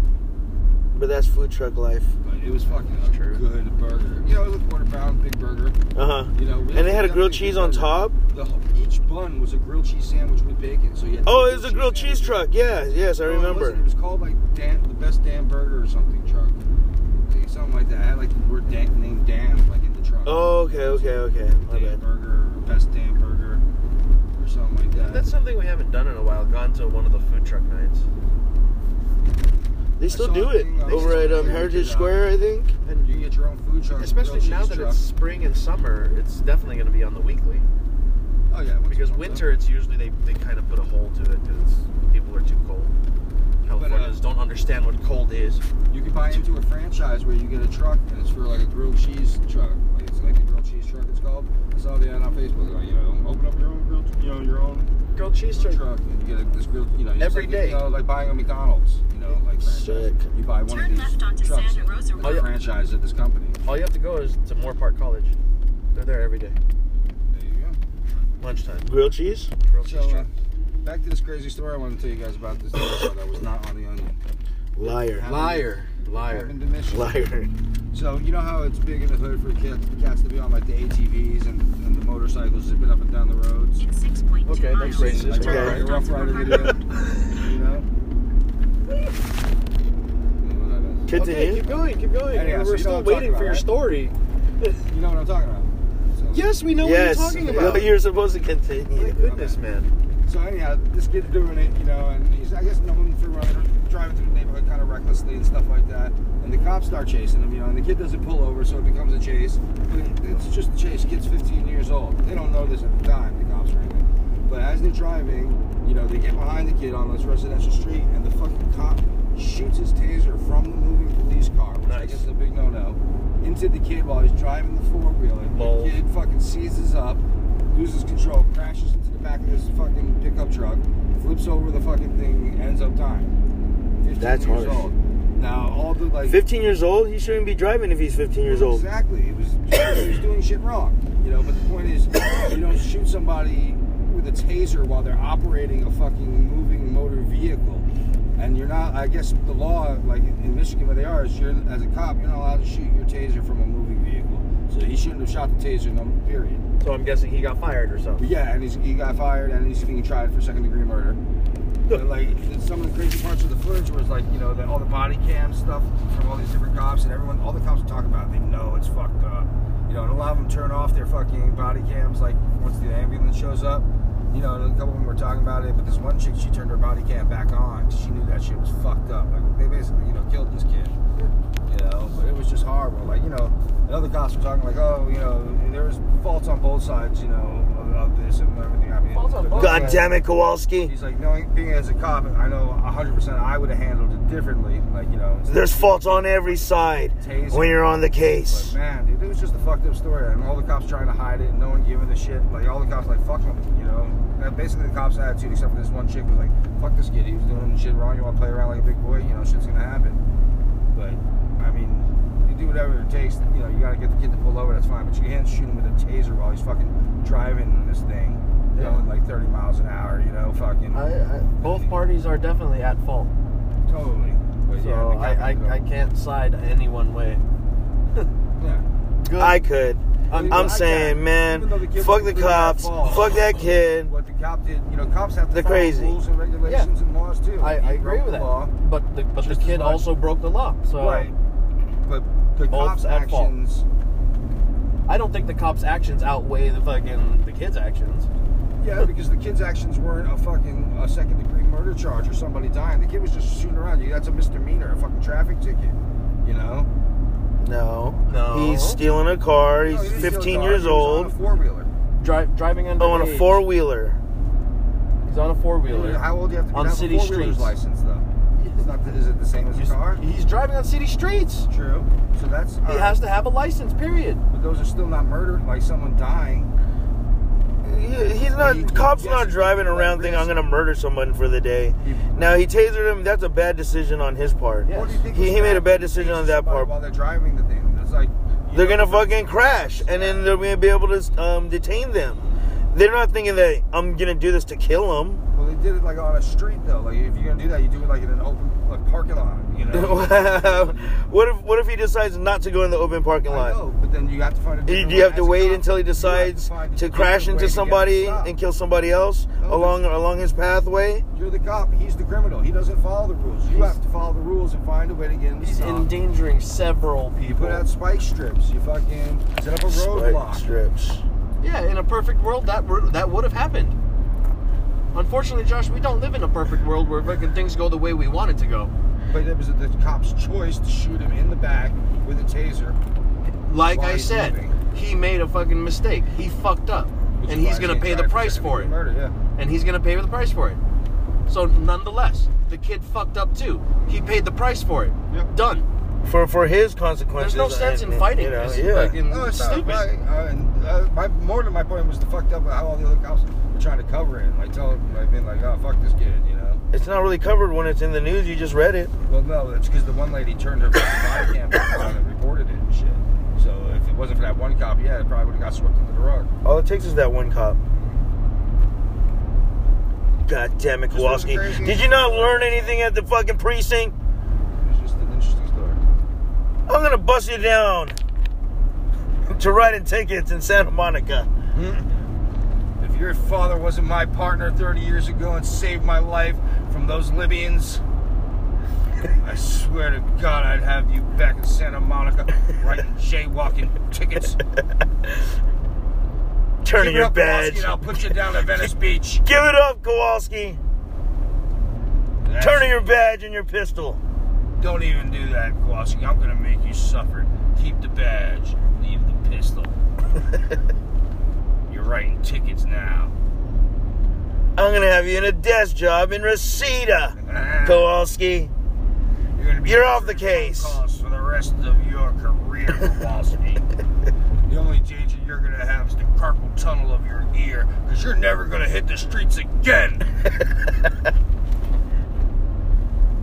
But that's food truck life.
But it was fucking a good burger. You know, it was a quarter pound, big burger.
Uh huh.
You know,
And they had a grilled cheese on top.
The, whole- each bun was a grilled cheese sandwich with bacon. So you had
Oh, it was a grilled cheese
sandwich.
truck. Yeah, yes, I
No, it wasn't. It
remember.
was called like Dan, the best Dan burger or something truck, Like, something like that. I had like the word Dan, named Dan like in the truck.
Oh, okay, okay, okay. My
Dan
bad.
burger, or best Dan burger, or something like that.
That's something we haven't done in a while. Gone to one of the food truck nights.
They still do it over at um, Heritage Square, I think.
and you get your own food truck,
Especially
grilled
now
cheese
that
truck.
it's spring and summer, it's definitely going to be on the weekly.
oh yeah, once
Because
you want
winter, it's usually they, they kind of put a hole to it because people are too cold.
uh,
Californians don't understand what cold is.
that. you can buy into a franchise where you get a truck and it's for like a grilled cheese truck, like it's like a grilled cheese truck. It's called. I saw the ad on Facebook. Like, you know, open up your own grilled, you know, your own
grilled cheese truck.
truck and you get like, this grilled, you know, it's
Every
like,
day.
You know, like buying a McDonald's. You know, like
Sick.
You buy one of these trucks. and
Oh, yeah.
they franchise at this company.
All you have to go is to Moore Park College. They're there every day.
There you go.
Lunchtime. Grilled cheese? Grilled
So,
cheese
uh,
truck.
back to this crazy story I want to tell you guys about this episode that was not on the onion.
Liar.
Liar.
Liar.
Happened to Michigan.
Liar.
So you know how it's big in the hood for kids, cats to be on like the ATVs and, and the motorcycles zipping up and down the roads.
Okay, that's
Like,
racist.
a Rough Rider video. you know. You know what that is.
Okay, keep going, keep going.
Hey, yeah, so
We're
you know
still
what I'm
waiting
talking
for
about,
your
right?
story.
You know what I'm talking about. So,
Yes, we know
Yes.
what you're talking about.
You're supposed to continue.
My goodness,
Okay.
man.
So anyhow, this kid's doing it, you know, and he's I guess known for running, driving through the neighborhood kind of recklessly and stuff like that. And the cops start chasing him, you know, and the kid doesn't pull over, so it becomes a chase. But it- it's just a chase. Kid's 15 years old. They don't know this at the time, the cops or anything. But as they're driving, you know, they get behind the kid on this residential street, and the fucking cop shoots his taser from the moving police car, which I
Nice.
guess is a big no-no, into the kid while he's driving the four-wheeler.
Lol.
The kid fucking seizes up, loses control, crashes into the back of this fucking pickup truck, flips over the fucking thing, ends up dying. 15
That's
years
harsh.
old. Now all the like
15 years old? He shouldn't be driving if he's 15 years old.
Exactly. He was, he was doing shit wrong. You know, but the point is, you don't shoot somebody with a taser while they're operating a fucking moving motor vehicle. And you're not, I guess the law, like in in Michigan where they are, is you're, as a cop, you're not allowed to shoot your taser from a moving vehicle. So he shouldn't have shot the taser, no, period.
So I'm guessing he got fired or something.
But yeah, and he's, he got fired and he's being tried for second degree murder. But like it's some of the crazy parts of the footage was like you know that all the body cam stuff from all these different cops and everyone, all the cops are talking about. It. They know it's fucked up. You know, and a lot of them turn off their fucking body cams like once the ambulance shows up. You know, and a couple of them were talking about it, but this one chick, she turned her body cam back on 'cause she knew that shit was fucked up. Like they basically, you know, killed this kid you know. But it was just horrible. Like you know, and other cops were talking like, oh, you know, there was faults on both sides, you know, of, of this and everything. I mean,
Faults on both
God damn it, Kowalski.
He's like, knowing being as a cop, I know 100 percent I would have handled it differently. Like you know, instead
There's
of
faults on every side
taser.
when you're on the
But
case.
man, dude, it was just a fucked up story, and all the cops trying to hide it, and no one giving a shit. Like all the cops, like fuck him, you know. And basically, the cops' attitude, except for this one chick, was like, fuck this kid. He was doing shit wrong. You want to play around like a big boy? You know, shit's gonna happen. But I mean, you do whatever it takes. You know, you gotta get the kid to pull over. That's fine. But you can't shoot him with a taser while he's fucking driving this thing,
Yeah.
going like 30 miles an hour. You know, fucking
both parties are definitely at fault.
totally. But,
So
yeah, the cop
I,
ended up-
I, I can't side any one way.
yeah.
Good.
I could.
Even though
I'm
I
saying,
got-
man,
even though the kid
fuck
was
the
clearly at
cops,
fault.
fuck that kid.
What the cop did, you know, cops have to
They're
follow
crazy.
rules and regulations and laws too.
I, I
He
agree
broke
with
the
that.
law.
But the, but the
Just as
kid
much.
also broke the law. So
right. But the
Both
cops'
at fault.
actions.
I don't think the cop's actions outweigh the fucking the kid's actions.
Yeah, because the kid's actions weren't a fucking a second degree murder charge or somebody dying. The kid was just shooting around. You that's a misdemeanor, a fucking traffic ticket. You know.
No.
No.
He's stealing a car. He's
No, he didn't steal a
15
car.
years
He was
old. Oh,
On a four wheeler.
Drive, driving under
On a four wheeler.
He's on a four wheeler.
How old do you have to be
On
to have
city
a four wheeler's
streets.
license though? It's not. Is it the same as a car?
He's driving on city streets.
True. So that's. uh,
He has to have a license. Period.
But those are still not murder, like someone dying.
He- He's not.
He-
cops
yes,
not driving
he-
around thinking I'm gonna murder someone for the day.
He-
Now he tasered him. That's a bad decision on his part.
Yeah.
What do you think
He-
was
he made a bad
happening?
decision on
Jesus,
that
somebody
part.
While they're driving the thing, it's like you
They're
know,
gonna fucking crash, and then they're gonna be able to um, detain them. They're not thinking that I'm gonna do this to kill him.
Well, they did it like on a street though. Like if you're gonna do that, you do it like in an open like parking lot. You know.
what if What if he decides not to go in the open parking
I
lot?
know, but then you have to find a.
You,
different
do you
way.
have to
As a
wait
cop,
until he
you have
decides
find a
to
different
crash
way to
into
get
somebody
stopped.
and kill somebody else
No,
along along his pathway?
You're the cop. He's the criminal. He doesn't follow the rules. You
He's-
have to follow the rules and find a way to get him
He's
stopped.
endangering several
You
people.
put out spike strips. You fucking set up a roadblock.
Spike strips.
Yeah, in a perfect world, that were- that would have happened. Unfortunately, Josh, we don't live in a perfect world where fucking things go the way we want it to go.
But it was the cop's choice to shoot him in the back with a taser.
Like
Why
I
he's
said,
moving.
he made a fucking mistake. He fucked up,
which
and
is
he's
why
gonna
she
pay the
tried
price
second
for it.
degree Murder, yeah.
and he's gonna pay the price for it. So nonetheless, the kid fucked up too. He paid the price for it.
Yep.
Done.
for for his consequences.
There's no sense in fighting.
you know,
Oh, It's
yeah.
fucking
No, it's
stupid.
stupid. Uh, and, uh, my more than my point was the fucked up how all the other cops were trying to cover it. and, Like tell, like being like, oh fuck this kid, you know.
It's not really covered when it's in the news. You just read it.
Well, no, it's because the one lady turned her fucking body cam on and reported it and shit. So if it wasn't for that one cop, yeah, it probably would have got swept under the rug.
All it takes is that one cop. God damn it,
Just was
Kowalski!
crazy.
Did you not learn anything at the fucking precinct?
It's just an interesting story.
I'm gonna bust you down to writing tickets in Santa Monica.
If your father wasn't my partner 30 years ago and saved my life from those Libyans, I swear to God I'd have you back in Santa Monica writing jaywalking tickets.
Turning
Give it
your
up, Kowalski,
badge.
and I'll put you down at Venice Beach.
Give it up, Kowalski.
That's-
Turning your badge and your pistol.
Don't even do that, Kowalski. I'm gonna make you suffer. Keep the badge. Leave the pistol. You're writing tickets now.
I'm gonna have you in a desk job in Reseda,
Ah.
Kowalski.
You're gonna
You're off the
answering
case.
phone calls for the rest of your career, Kowalski. the only danger you're gonna have is the carpal tunnel of your ear, because you're never gonna hit the streets again.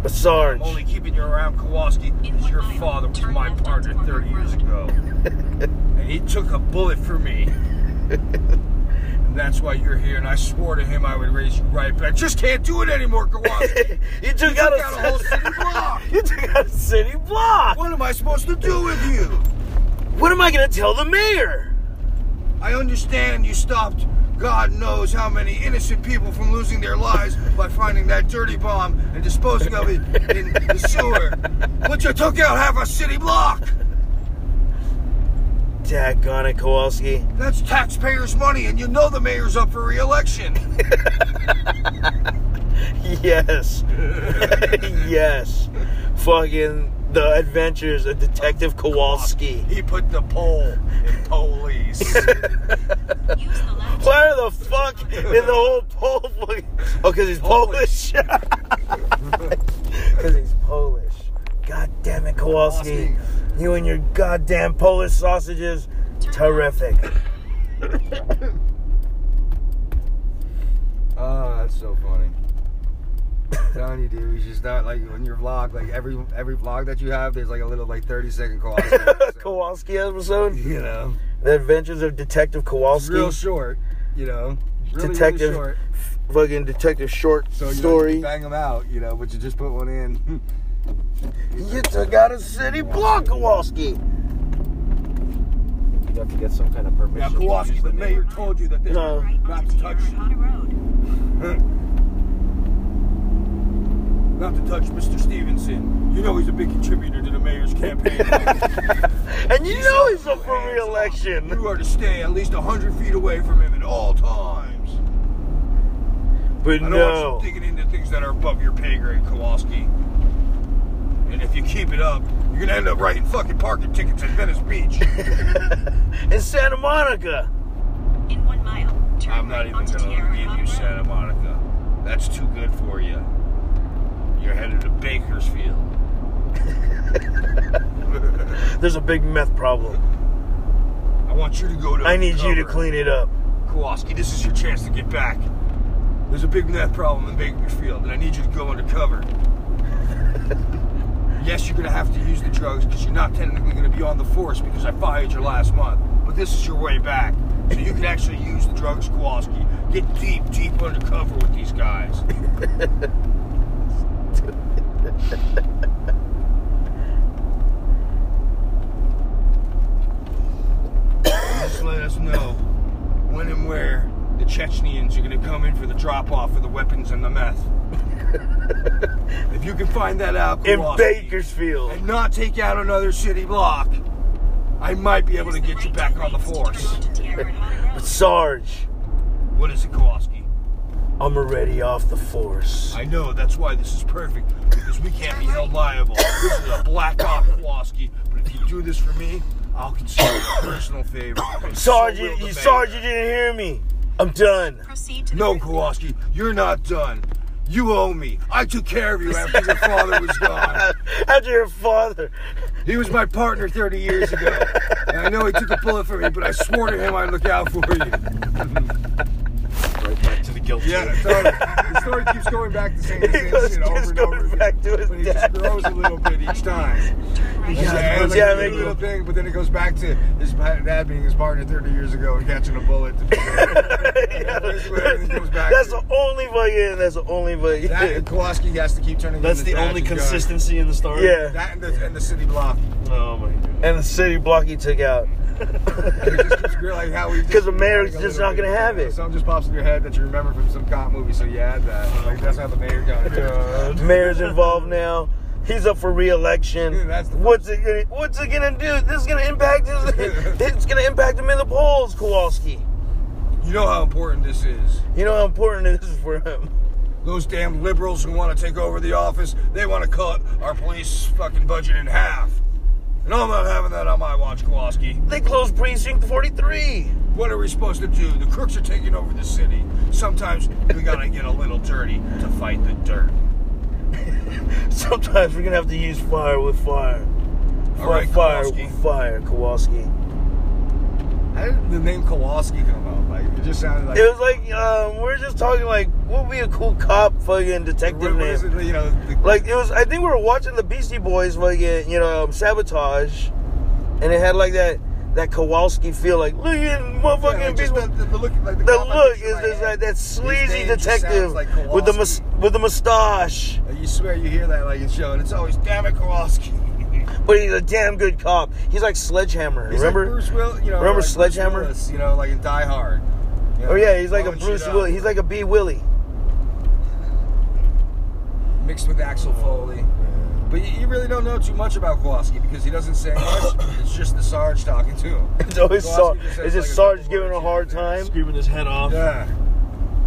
But
I'm
Sarge,
only keeping you around Kowalski because your father was my partner 30 years ago. and he took a bullet for me. and that's why you're here, and I swore to him I would raise you right, but I just can't do it anymore, Kowalski.
you took,
You
out
took out a whole city block.
you took out a city block.
What am I supposed to do with you?
What am I gonna tell the mayor?
I understand you stopped God knows how many innocent people from losing their lives by finding that dirty bomb and disposing of it in the sewer. But you took out half a city block.
Daggone it, Kowalski.
That's taxpayers' money, and you know the mayor's up for re-election.
Yes. yes. Fucking the adventures of Detective Kowalski.
He put the pole in police.
Where the fuck is the whole Pole? fucking- Oh, because he's Polish. Because he's Polish. God damn it, Kowalski. You and your goddamn Polish sausages. Terrific.
Oh, that's so funny. Telling you, dude, you should start like on your vlog. Like every every vlog that you have, there's like a little like 30 second call.
Kowalski episode?
You know,
The Adventures of Detective Kowalski.
real short. You know, really,
Detective
really short.
Fucking Detective Short
So you like,
story.
bang them out. You know, but you just put one in.
You took out a city block, Kowalski.
You have to get some kind of permission.
now
to
Kowalski,
use
the mayor told you that this
No.
not to touch, not to touch Mr. Stevenson. You know he's a big contributor to the mayor's campaign.
And you know he's up for re-election.
You are to stay at least 100 feet away from him at all times.
But
I don't
no.
want you digging into things that are above your pay grade, Kowalski. And if you keep it up, you're gonna end up writing fucking parking tickets at Venice Beach.
In Santa Monica.
In one mile, turn
I'm not
right
even
onto
gonna
Tierra
give
Hot
you
Road.
Santa Monica. That's too good for you. You're headed to Bakersfield.
There's a big meth problem.
I want you to go to.
I need you to
cover.
clean it up.
Kowalski, this is your chance to get back. There's a big meth problem in Bakersfield, and I need you to go undercover. yes, you're gonna have to use the drugs because you're not technically gonna be on the force because I fired you last month. But this is your way back, so you can actually use the drugs, Kowalski. Get deep, deep undercover with these guys. Just let us know when and where the Chechnyans are gonna come in for the drop-off of the weapons and the meth. if you can find that out,
In
Kowalski,
Bakersfield.
and not take out another city block, I might be able to get you back on the force.
But Sarge,
What is it, Kowalski?
I'm already off the force.
I know, that's why this is perfect, because we can't be held liable. This is a black op, Kowalski, but if you do this for me, I'll consider it a personal favor. and so
Sarge,
will
you,
the
you,
mayor.
Sarge, you didn't hear me. I'm done.
Proceed to the
No,
first-
Kowalski, you're not done. You owe me. I took care of you after your father was gone.
After your father,
He was my partner 30 years ago. And I know he took a bullet for me, but I swore to him I'd look out for you.
Right back to the guilt.
Yeah, so the story keeps going back to the same thing, you know, over and over again. but he just grows a little bit each time.
Yeah,
It's like,
but
like
yeah,
a
make
little
it-
thing, but then it goes back to his pa- dad being his partner 30 years ago and catching a bullet.
That's the only fucking. That's the only fucking.
That and Kowalski has to keep turning.
That's
in his
the only
magic gun.
consistency in the story.
Yeah, that and the, and the city block.
Oh my god. And the city block he took out. Because the mayor's just not gonna have it.
Something just pops in your head that you remember from some cop movie, so you add that. Like, that's how the mayor got it.
Mayor's involved now. He's up for re-election. what's it gonna What's it gonna do? This is gonna impact his. it's gonna impact him in the polls, Kowalski.
You know how important this is.
You know how important this is for him.
Those damn liberals who want to take over the office, they want to cut our police fucking budget in half. And I'm not having that on my watch, Kowalski.
They closed precinct 43.
What are we supposed to do? The crooks are taking over the city. Sometimes we gotta get a little dirty to fight the dirt.
Sometimes we're gonna have to use fire with fire. Fire,
All right,
fire with fire, Kowalski.
How did the name Kowalski come up? Like it just sounded like
it was like um, we're just talking like what would be a cool cop fucking detective name.
you know,
like it was. I think we were watching the Beastie Boys fucking you know um, sabotage, and it had like that that Kowalski feel like look at motherfucking Beastie Boys.
The, look, like
the look is just like that sleazy
name just sounds
detective
like
with the mus- with the mustache.
You swear you hear that like in show, and it's always damn it Kowalski.
But he's a damn good cop. He's like Sledgehammer.
He's like
remember?
Bruce Will- you know,
remember
like Bruce
Sledgehammer?
Willis, you know, like in Die Hard. You know,
oh yeah, he's like a
blowing shit
Bruce
up.
Willis. He's like a B Willie.
mixed with Axel Foley. But you, you really don't know too much about Kowalski because he doesn't say much. it's just the Sarge talking to him.
It's always Sarge.
Kowalski just says,
It's just
like,
Sarge giving a hard time, screaming his head off.
Yeah.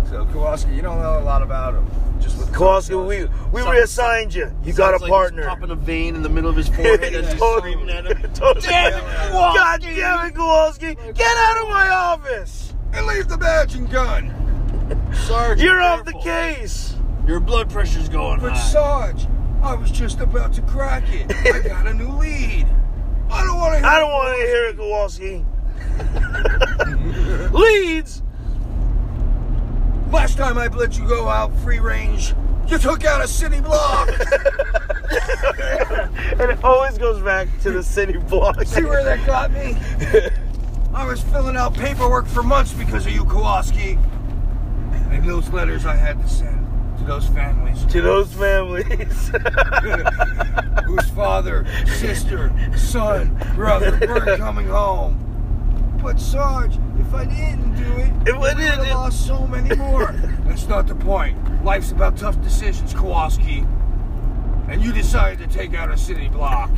So Kowalski, you don't know a lot about him. Just with
Kowalski, we we reassigned you. You got a
Sounds like he's
partner.
popping a vein in the middle of his forehead as he's
Totally.
screaming at him.
Totally. God damn it, Kowalski! Get out of my office!
And leave the badge and gun.
Sarge,
You're off the case.
Your blood pressure's going
But
high.
Sarge, I was just about to crack it. I got a new lead. I don't want to.
I don't want to hear it, Kowalski. Leeds.
Last time I let you go out free range, you took out a city block.
And it always goes back to the city block.
See where that got me? I was filling out paperwork for months because of you, Kowalski. And those letters I had to send to those families
to those families.
whose father, sister, son, brother weren't coming home. But Sarge, if I didn't do it,
If I
we would've
didn't-
lost so many more. That's not the point. Life's about tough decisions, Kowalski. And you decided to take out a city block.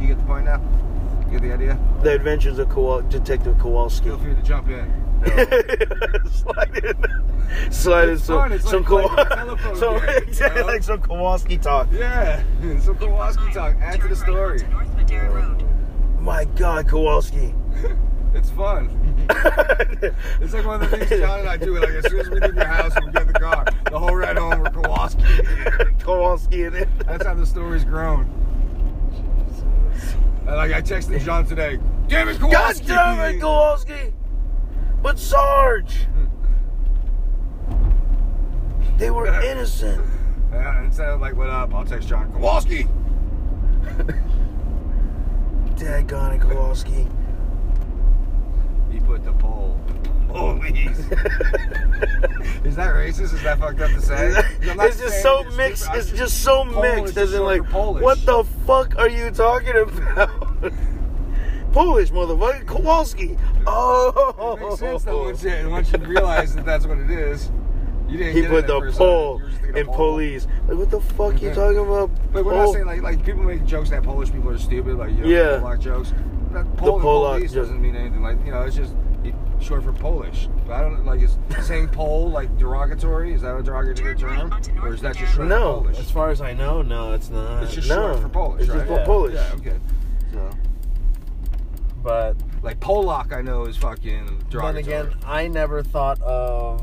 You get the point now? You get the idea?
the Adventures of Kowal- Detective Kowalski.
Feel free to jump in.
slide in, slide in some,
It's fun, it's
some,
like
Kowa-
playing a telephone
some,
game, you
exactly,
know?
like some Kowalski talk.
Yeah, so Kowalski talk. Add to the story.
North Madera Road.
My God, Kowalski.
It's fun. it's like one of the things John and I do. Like as soon as we leave your house, we get in the car. The whole ride home, we're Kowalski.
Kowalski in it.
That's how the story's grown. And, like I texted John today. Damn it,
God
Kowalski!
damn it, Kowalski! But Sarge! They were innocent.
Yeah, instead of like what up, I'll text John Kowalski.
Daggone it, Kowalski.
He put the pole. Police. Is that racist? Is that fucked up to say? I'm not
It's just
saying
so
it's
mixed.
different. I'm
It's just so
Polish
mixed.
is
As in,
short
like,
for Polish.
what the fuck are you talking about? Polish motherfucker, Kowalski. Oh,
It makes sense though once you, once you realize that that's what it is. You didn't
he
get
put
it at
the
first,
pole
you were just thinking
in
of pole.
police. Like, what the fuck you
Mhm.
talking about?
But we're
Pole?
not saying like like people make jokes that Polish people are stupid, like you know,
Yeah.
Polak jokes. That pole in
Polak
police
joke.
doesn't mean anything. Like you know, it's just it- short for Polish. But I don't like is saying pole like derogatory. Is that a derogatory term, or is that just short
No.
for Polish?
As far as I know, no, it's not.
It's just
no.
short for Polish,
It's
right?
just for
yeah.
Polish.
Yeah, okay. So,
But
like Polak, I know is fucking
then
derogatory.
again, I never thought of.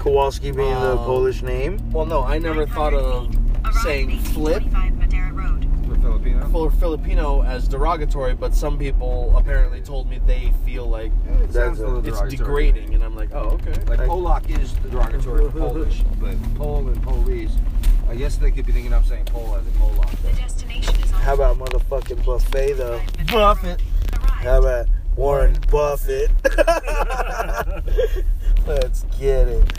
Kowalski being the
Um,
Polish name.
Well, no, I never thought of saying flip
For Filipino?
for Filipino as derogatory, but some people apparently told me they feel like
it sounds a little
it's
derogatory.
degrading, and I'm like, oh, okay.
Like, Polak is derogatory for Polish, but Pole and Polish. I guess they could be thinking I'm saying Pole as in Polak.
How about motherfucking buffet though? Buffett. How about Warren Buffett? Let's get it.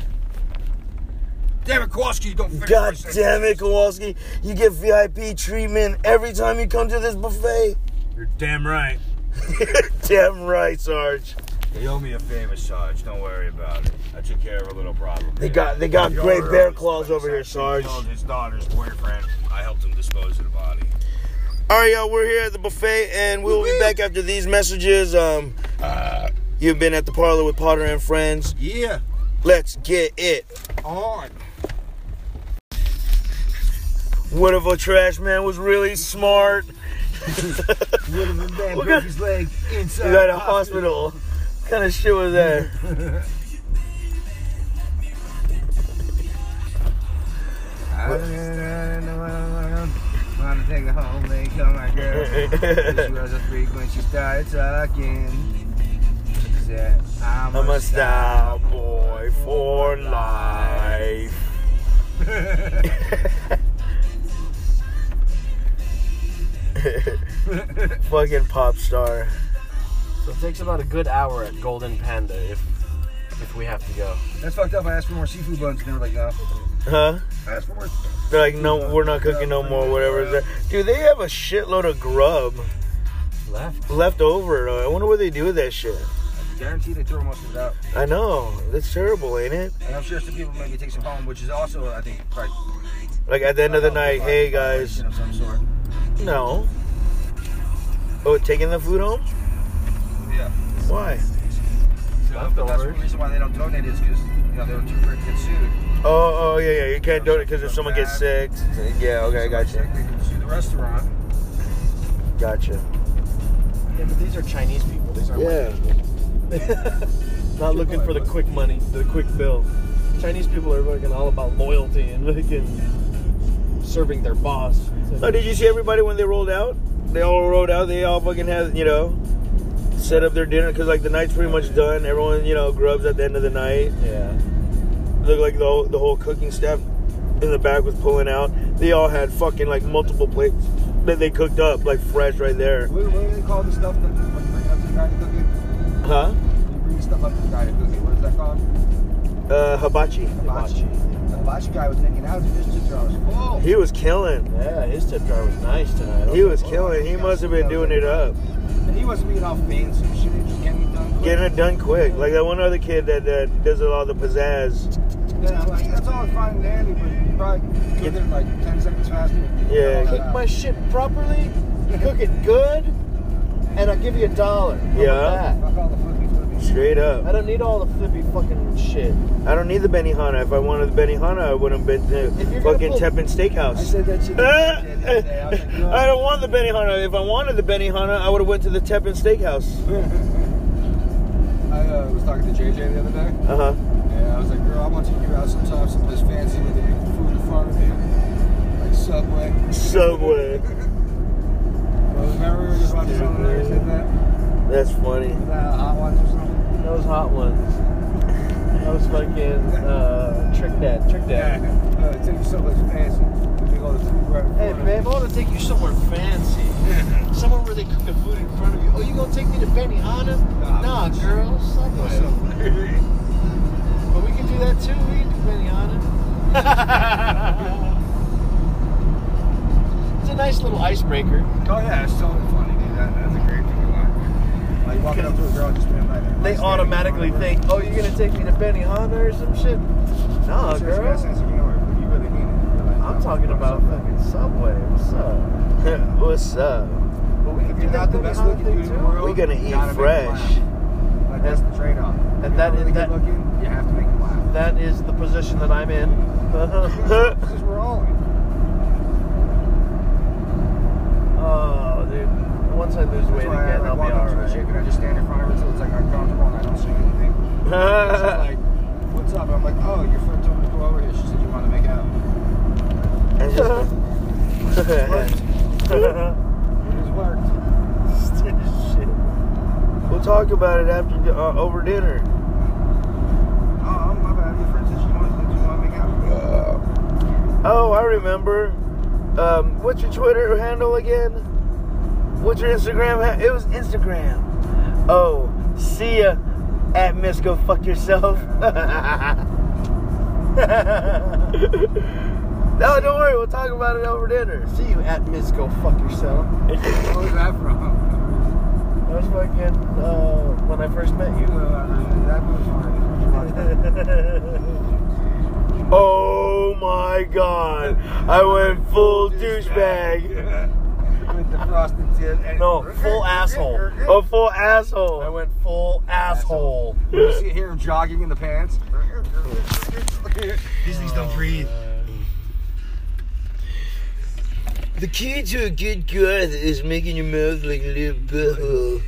Damn it, Kowalski, don't finish
God damn it, Kowalski. You get VIP treatment every time you come to this buffet.
You're damn right.
damn right, Sarge.
They owe me a favor, Sarge. Don't worry about it. I took care of a little problem.
They got they got
The
great
owner
bear
of this
claws
place
over here,
actually
Sarge.
killed his daughter's boyfriend. I helped him dispose of the body.
All right, y'all, we're here at the buffet, and we'll be back after these messages. Um, you've been at the parlor with Potter and friends.
Yeah.
Let's get it
on.
What if a trash man was really smart?
what if a man
What
broke
kind-
his leg
He's
inside
at
the
a hospital. What kind of shit was that?
Want to take her home and call my girl. she was a freak when she started talking. She said, I'm,
I'm a
a
star boy for life. Fucking pop star.
So it takes about a good hour at Golden Panda if if we have to go.
That's fucked up. I asked for more seafood buns and they were like, no.
Huh?
I asked for more.
They're like, no, we're not cooking no more, whatever. is there. Dude, they have a shitload of grub
left
left over. I wonder what they do with that shit.
Guaranteed they throw most of it out.
I know. That's terrible, ain't it?
And I'm sure some people maybe take some home, which is also, I think, like,
Like at the end of the night, hey guys.
of some sort.
No. Oh, taking the food home?
Yeah.
Why?
So, but that's the reason why they don't donate is because, you know, they were too afraid to get sued.
Oh, oh yeah, yeah. You can't do it because if someone gets sick. Yeah, okay, I gotcha.
They could sue the restaurant.
Gotcha.
Yeah, but these are Chinese people. These aren't
Yeah.
white people. Not looking for the quick money, the quick bill. Chinese people are fucking all about loyalty and fucking serving their boss.
Oh, did you see everybody when they rolled out? They all rolled out. They all fucking had, you know, set up their dinner because like the night's pretty much done. Everyone, you know, grubs at the end of the night.
Yeah.
Looked like the whole, the whole cooking staff in the back was pulling out. They all had fucking like multiple plates that they cooked up like fresh right there.
What, what do they call the stuff that you when you bring up to the guy to cook it?
Huh?
When you bring the stuff up to the guy to cook it, what is that called?
Uh, hibachi.
Hibachi. The hibachi guy was thinking, how did this tip jar was full?
He was killing.
Yeah, his tip jar was nice tonight.
He was killing. He must have been doing it up.
And he wasn't being all fancy and shit, he was just getting it done.
Getting it done quick. Like that one other kid that, that does it all the pizzazz.
Yeah, like, that's all fine and dandy, but you probably cook it in like 10 seconds faster.
Yeah.
Cook
Cook my shit properly, cook it good, and I'll give you a dollar. How about
Yeah.
that?
Fuck all the fucking flipping.
Straight
I
up.
don't need all the flippy fucking shit.
I don't need the Benihana. If I wanted the Benihana, I wouldn't have been
If
to
you're gonna
fucking
pull-
Teppan
I
Steakhouse.
said that shit to
Uh,
Ah!
the other day. I was like, no.
I don't want the Benihana. If I wanted the Benihana, I would have went to the Teppan Steakhouse.
I uh, was talking to JJ the other day.
Uh huh.
And I was like, girl, I want to take you out sometime someplace fancy with the food in front of you. Like Subway.
Subway.
Well, remember we were just watching something and I said that?
That's funny.
Was that hot ones or something?
That was hot ones. That was fucking uh, trick dad, trick dad.
Uh, take you someplace fancy. We go to food right in
Hey
front of
babe, I want to take you somewhere fancy, somewhere where they cook the food in front of you. Oh, you gonna take me to Benihana?
Nah,
Nah, girl, suck
you.
it. But we can do that too. We can do Benihana. it's a nice little icebreaker.
Oh yeah, it's totally funny, dude. That, that's a great thing about it. Like walking up to a girl and just being like, "Am I
They
standing
automatically
in front of her?"
think, oh, you're gonna take me to Benihana or some shit.
She
Nah,
has a good
girl.
sense of humor, but you really mean it. You're like,
I'm talking about fucking Subway. What's up?
What's up?
But we
If you're not the best looking dude in the world,
We gonna
you
eat
gotta make 'em laugh.
fresh.
Like that's the trade-off. If you're
that
not
is-
really
that-
good looking, you have to make them laugh.
That is the position that I'm in.
This is we're all in.
oh, dude. Once I lose weight
That's why I
again,
like
I'll be
walk up to a chick
alright.
and I just stand in front of her until it's like uncomfortable and I don't say anything. She's like, what's up? I'm like, oh, your friend told me to go over here. She said you want to make out.
And just
talk about it after uh, over dinner.
Oh, my bad. Your friend said she wanted to want to make out.
Oh, I remember. Um, what's your Twitter handle again? What's your Instagram? Ha- it was Instagram. Oh, see ya at Miss Go Fuck Yourself. no, don't worry. We'll talk about it over dinner. See you at Miss Go Fuck Yourself.
Where was that from?
That was fucking uh, when I first met you.
that
oh my god. I went full douchebag.
With the frosted tips.
No, full asshole. A full asshole. I went full asshole.
You see, hear him jogging in the pants. These things don't breathe.
The key to a good girth is making your mouth like a little butthole.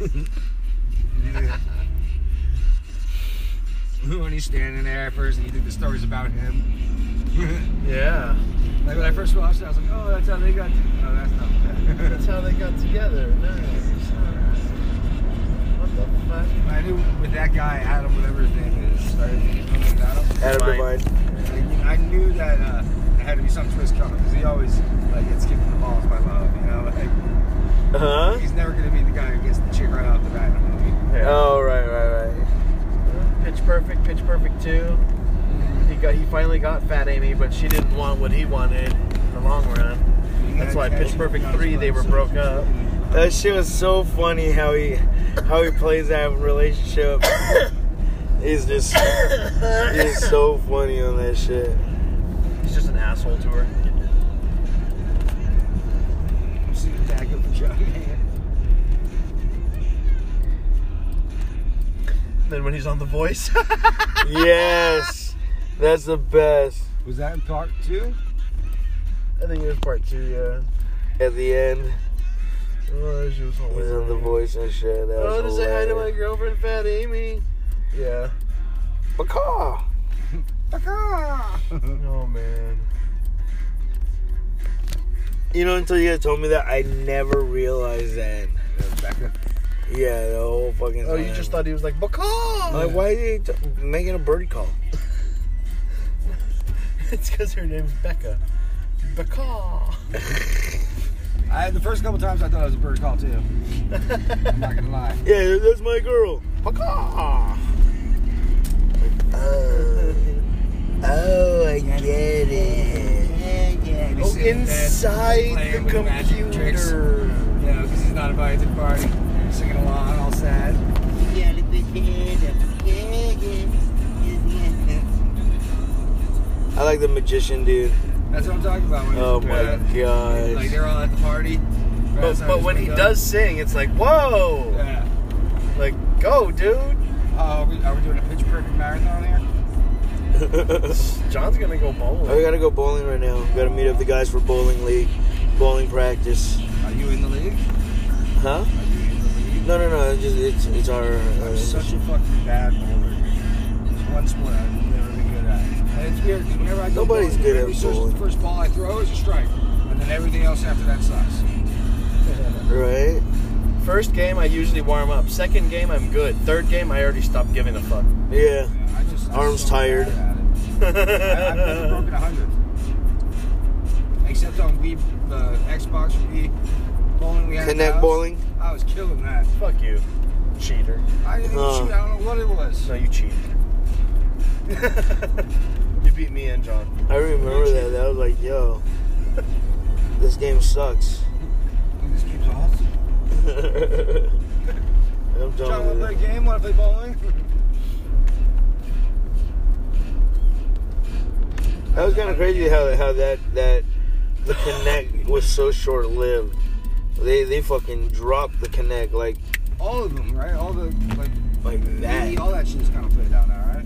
when he's standing there at first and you think the story's about him.
Yeah.
Like when I first watched it, I was like, oh, that's how they got. To- no, that's not.
That's how they got together. Nice. What the fuck?
I knew with that guy, Adam, whatever his name is, started thinking something about him.
Adam Devine.
I I knew that uh, there had to be some twist coming because he always like gets kicked in the balls by love, you know. Like
Huh?
he's never gonna be the guy who gets the chick right off the bat in a movie.
Oh, right, right, right.
Pitch Perfect, Pitch Perfect 2. He got he finally got Fat Amy, but she didn't want what he wanted in the long run. That's why Pitch Perfect 3 they were broke up.
That shit was so funny how he how he plays that relationship. He's just he's so funny on that shit.
He's just an asshole to her.
I'm seeing the tag of the job.
Then when he's on The Voice,
Yes, that's the best.
Was that in part two?
I think it was part two. Yeah.
At the end,
Oh, she was
he's
always
on the voice and shit. That
Oh,
was
to say hi to my
hilarious.
girlfriend, Fat Amy. Yeah.
Macaw.
Fuck
Oh man.
You know, until you guys told me that, I never realized that.
Becca.
Yeah, the whole fucking.
Oh, you
time.
just thought he was like Bacall.
Like, why are you t- making a birdie call?
it's because her name's Becca. Bacall.
I the first couple times I thought it was a bird call too. I'm not gonna lie.
Yeah, that's my girl. Macaw. Oh, oh, I get it.
And he's
Oh,
sitting in bed,
inside
playing
the
with magic tricks.
computer.
You know, because he's not invited to the party. Singing along, all sad.
I like the magician dude.
That's what I'm talking about. When
Oh
he's
my
mad. Like
gosh.
they're all at the party. right
But,
outside
but
his
when he
window.
does sing, it's like whoa,
Yeah.
like go, dude.
Oh, are, we, are we doing a pitch perfect marathon here?
John's gonna go
Oh, we
bowling.
gotta go bowling right now. We gotta meet up the guys for bowling league, bowling practice.
Are you in the league? Are
Huh?
you in the league?
No, no, no. It's just it's it's our.
I'm
Uh,
such a fucking bad bowler. It's one sport I've never been
Oh,
good at. And it's weird because whenever I go
Nobody's
bowling,
good at
every first-
bowling.
first ball I throw is a strike, and then everything else after that sucks.
right.
First game, I usually warm up. Second game, I'm good. Third game, I already stopped giving a fuck.
Yeah.
I just I'm
Arms tired.
bad at it. I- I've never broken 100. Except on Wii, the Xbox Wii bowling we had. at the
Connect
house.
bowling?
I was killing that.
Fuck you, cheater.
I didn't even
Oh.
shoot. I don't know what it was.
No, you cheated. you beat me and John.
I remember that. That was like, yo, this game sucks.
This game's awesome.
I'm
John, want
done
to
with
play a
it.
game? Want to play bowling?
That was kind of crazy how how that that the connect was so short lived. They they fucking dropped the connect like
All of them, right? All the like.
like
Wii,
that.
all that shit's kind of played out now, right?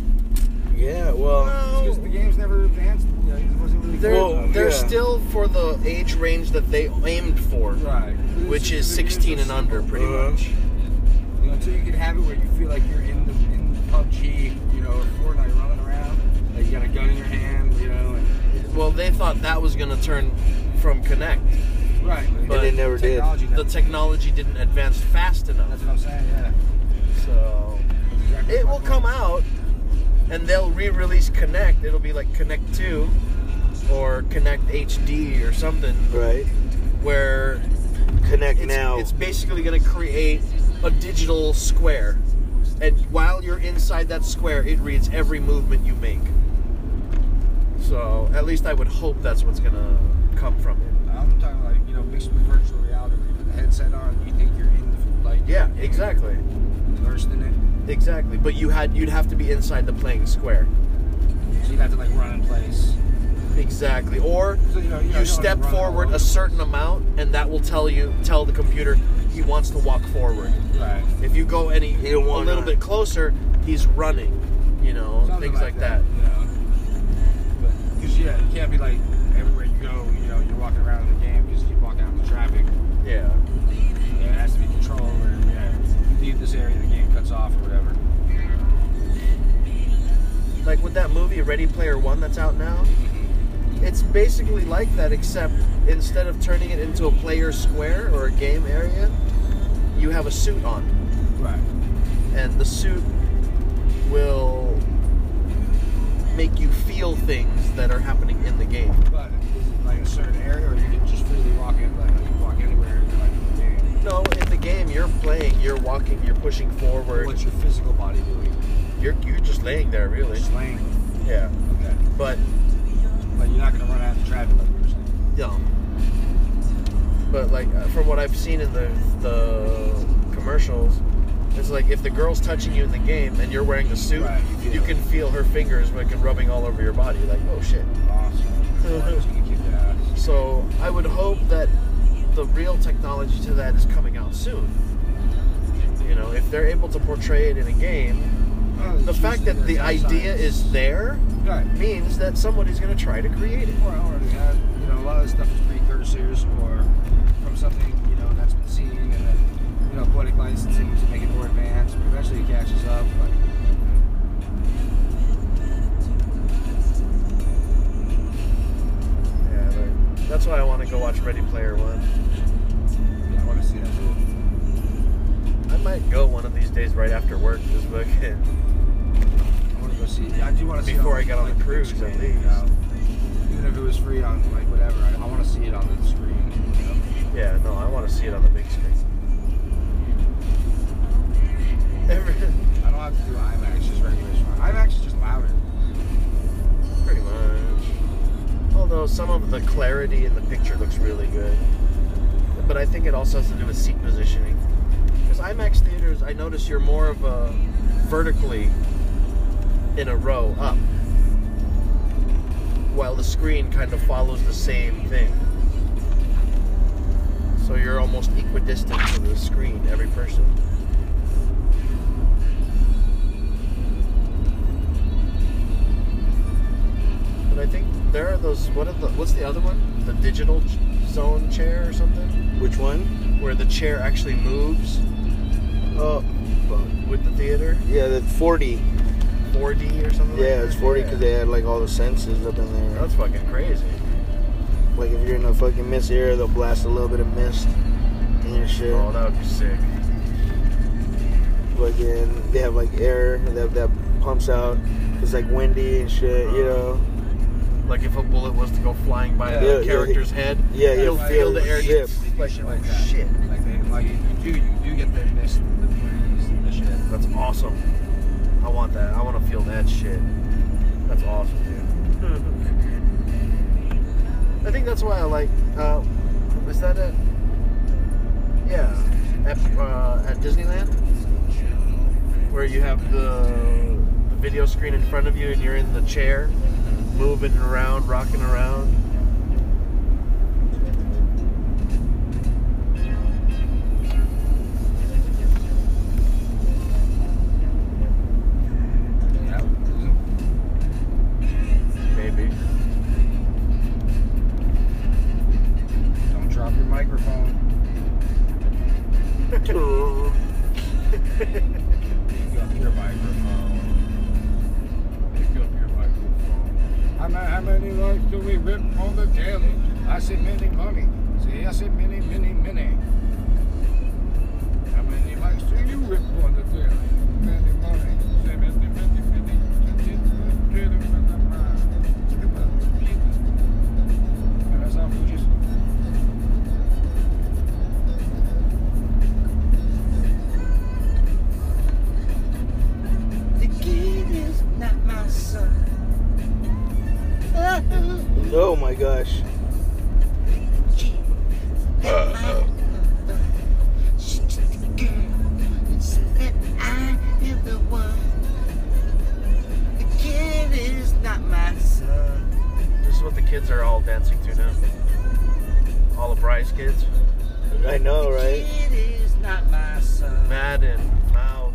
Yeah. Well.
Because the game's never advanced. You know, it wasn't really.
They're,
Well,
they're
yeah.
still for the age range that they aimed for,
right.
which
It's-
is
the games
16
are
and under, pretty
Uh-huh.
much.
You know, until you can have it where you feel like you're in the in PUBG, you know, or Fortnite running around, like you got a gun in your hand, you know, and
Well, they thought that was going to turn from Connect.
right.
But
it never did.
technology
The
never-
technology didn't advance fast enough.
that's what I'm saying. Yeah.
So it will come out, and they'll re-release Connect. It'll be like Connect Two, or Connect HD, or something.
Right.
Where
Connect
it's,
now.
It's basically going to create a digital square, and while you're inside that square, it reads every movement you make. So at least I would hope that's what's going to come from it.
I'm talking like, you know, mixed with virtual reality. You put the headset on, you think you're in the, like,
Yeah, exactly.
Immersed in it.
Exactly, but you had you'd have to be inside the playing square.
So you'd have to, like, run in place.
Exactly. Or
So, you know, you know,
you
you
step
don't run
forward a certain amount, and that will tell you tell the computer he wants to walk forward.
Right.
If you go any a
wanna-
little bit closer, he's running. You know,
Something
things like that.
Because, yeah, you can't be like, everywhere you go, you know, you're walking around in the game, you just keep walking out in the traffic.
Yeah.
Yeah, it has to be controlled, or, yeah, you leave this area, the game cuts off, or whatever.
Like with that movie Ready Player One that's out now,
Mm-hmm.
it's basically like that, except instead of turning it into a player square or a game area, you have a suit on.
Right.
and the suit will make you feel things that are happening in the game.
But is it like a certain area, or you can just freely walk in, like you walk anywhere, you're like in the game?
No, in the game you're playing, you're walking, you're pushing forward.
What's your physical body doing?
You're you're just laying there, really.
Just laying.
Yeah,
Okay.
but
But you're not gonna run out of traffic, like you were saying.
no. But like uh, from what I've seen in the the commercials, it's like if the girl's touching you in the game and you're wearing the suit,
Right,
you, can feel her fingers like rubbing all over your body. Like oh shit.
Awesome. Just gonna keep your ass.
So I would hope that the real technology to that is coming out soon. You know, if they're able to portray it in a game,
Oh,
the
it's
fact
used
that
in
the
there, it's
idea
outside.
is there
Right.
means that somebody's going to try to create it.
Or already had, you know, a lot of this stuff is precursors or from something, you know, that's been seen and then, you know, poetic licensing to make it more advanced. But eventually it catches up. Like,
Yeah, but that's why I want to go watch Ready Player One.
yeah, I want to see that too.
I might go one of these days right after work, just fucking
I want to go see. Yeah, I do want to see. it
Before I got on
like,
the cruise,
big
at
screen, you
least.
know. Even if it was free on like whatever, I, I want to see it on the screen. You know?
Yeah, no, I want to see it on the big screen. Every-
I don't have to do IMAX, just regular. screen. IMAX is just louder.
Pretty much. Although some of the clarity in the picture looks really good. But I think it also has to do with seat positioning. Because IMAX theaters, I notice you're more of a vertically in a row up. While the screen kind of follows the same thing. So you're almost equidistant to the screen, every person. But I think there are those. What are the? What's the other one? The digital ch- zone chair or something,
Which one?
where the chair actually moves
Oh,
with the theater.
yeah, that's 40.
4D or something.
Yeah,
like
it's
that?
40 because they had like all the senses up in there.
That's fucking crazy.
Like if you're in a fucking mist area, they'll blast a little bit of mist in your shit.
Oh, that would be sick.
Fucking, they have like air that that pumps out. It's like windy and shit, you know.
Like if a bullet was to go flying by
Yeah,
the
yeah,
character's
yeah.
head,
Yeah,
you'll
yeah,
feel
yeah,
the air
shit.
just
Like shit like that.
Oh, shit.
Like they like you do you do get the mist, the breeze, and the shit.
That's awesome. I want that. I want to feel that shit. That's awesome, dude. I think that's why I like. Uh, is that it? Yeah, at, uh, at Disneyland, where you have the, the video screen in front of you and you're in the chair, moving around, rocking around.
Yeah.
Maybe.
Don't drop your microphone. Pick up your microphone. Pick up your microphone. How many, how many lives do we rip on the daily? I see many money. See, I see many, many, many. How many likes do
Oh my gosh.
This is what the kids are all dancing to now. All the Bryce kids.
I know, right?
Madden, Mouse,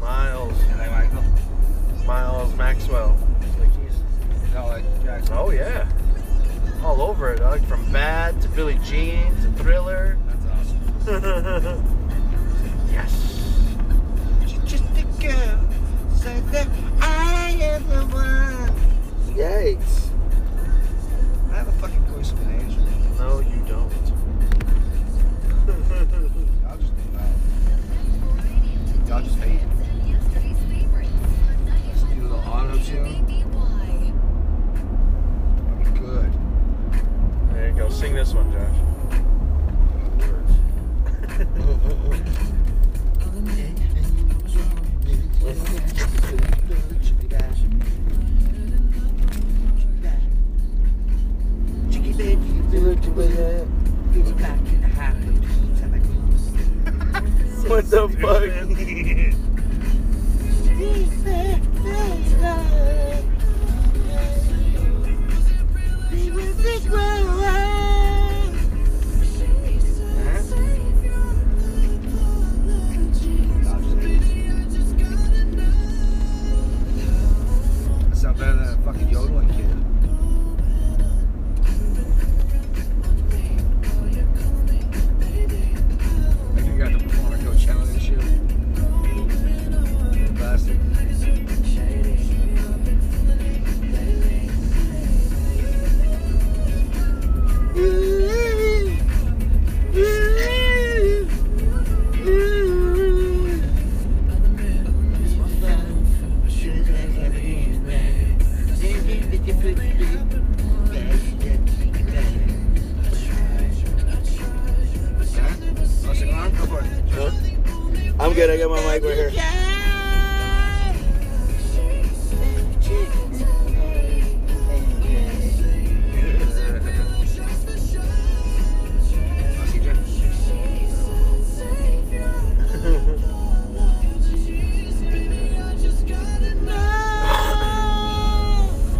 Miles. Miles Maxwell. It's like, he's- Oh yeah, all over it. Like from Bad to Billie Jean to Thriller. That's awesome. yes.
Just a girl said that I am the one. Yikes.
I have a fucking voice of an angel.
No, you don't.
I'll just leave out. Y'all just hate. Just do the auto tune. That'd be good.
There you go. Sing this one, Josh.
Chicky baby, you look the way that. Get you back in the habit.
What the fuck?
That's not better than a fucking yodeling kid. Like you got the perform at Coachella and shit. Bastard.
I'm good. I got my mic right here.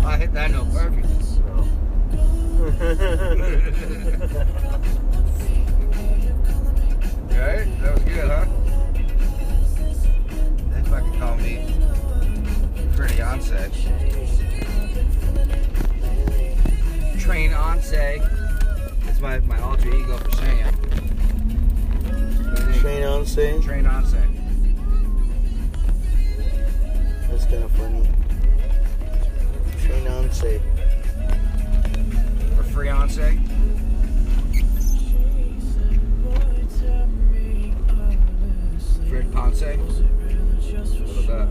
I hit that note perfect. Alright, that was good, huh? They fucking call me pretty onset. Train onset. That's my, my alter ego for saying it.
Train on saying?
Train onset.
That's kind of funny. Train on say.
Or free onset. Fred Ponce. What about that?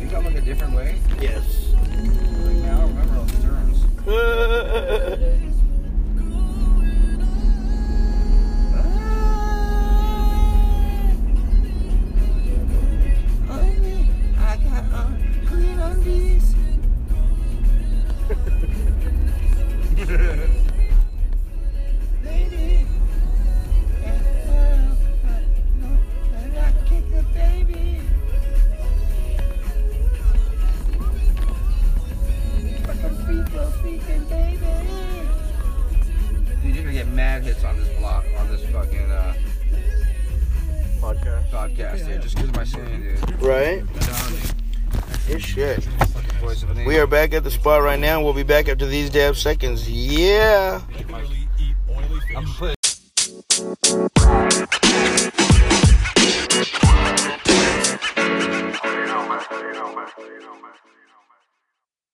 You got like a different way?
Yes.
Like now, I don't remember all the terms.
I got on clean undies. Lady. And I kick the baby. Fucking freako freaking baby.
Dude, you're gonna get mad hits on this block, on this fucking uh,
podcast.
Podcast, dude, just because of my singing, dude.
Right?
I'm telling you,
Good shit.
fucking voice of an
We are back at the spot right now. We'll be back after these damn seconds. Yeah.
I'm putting.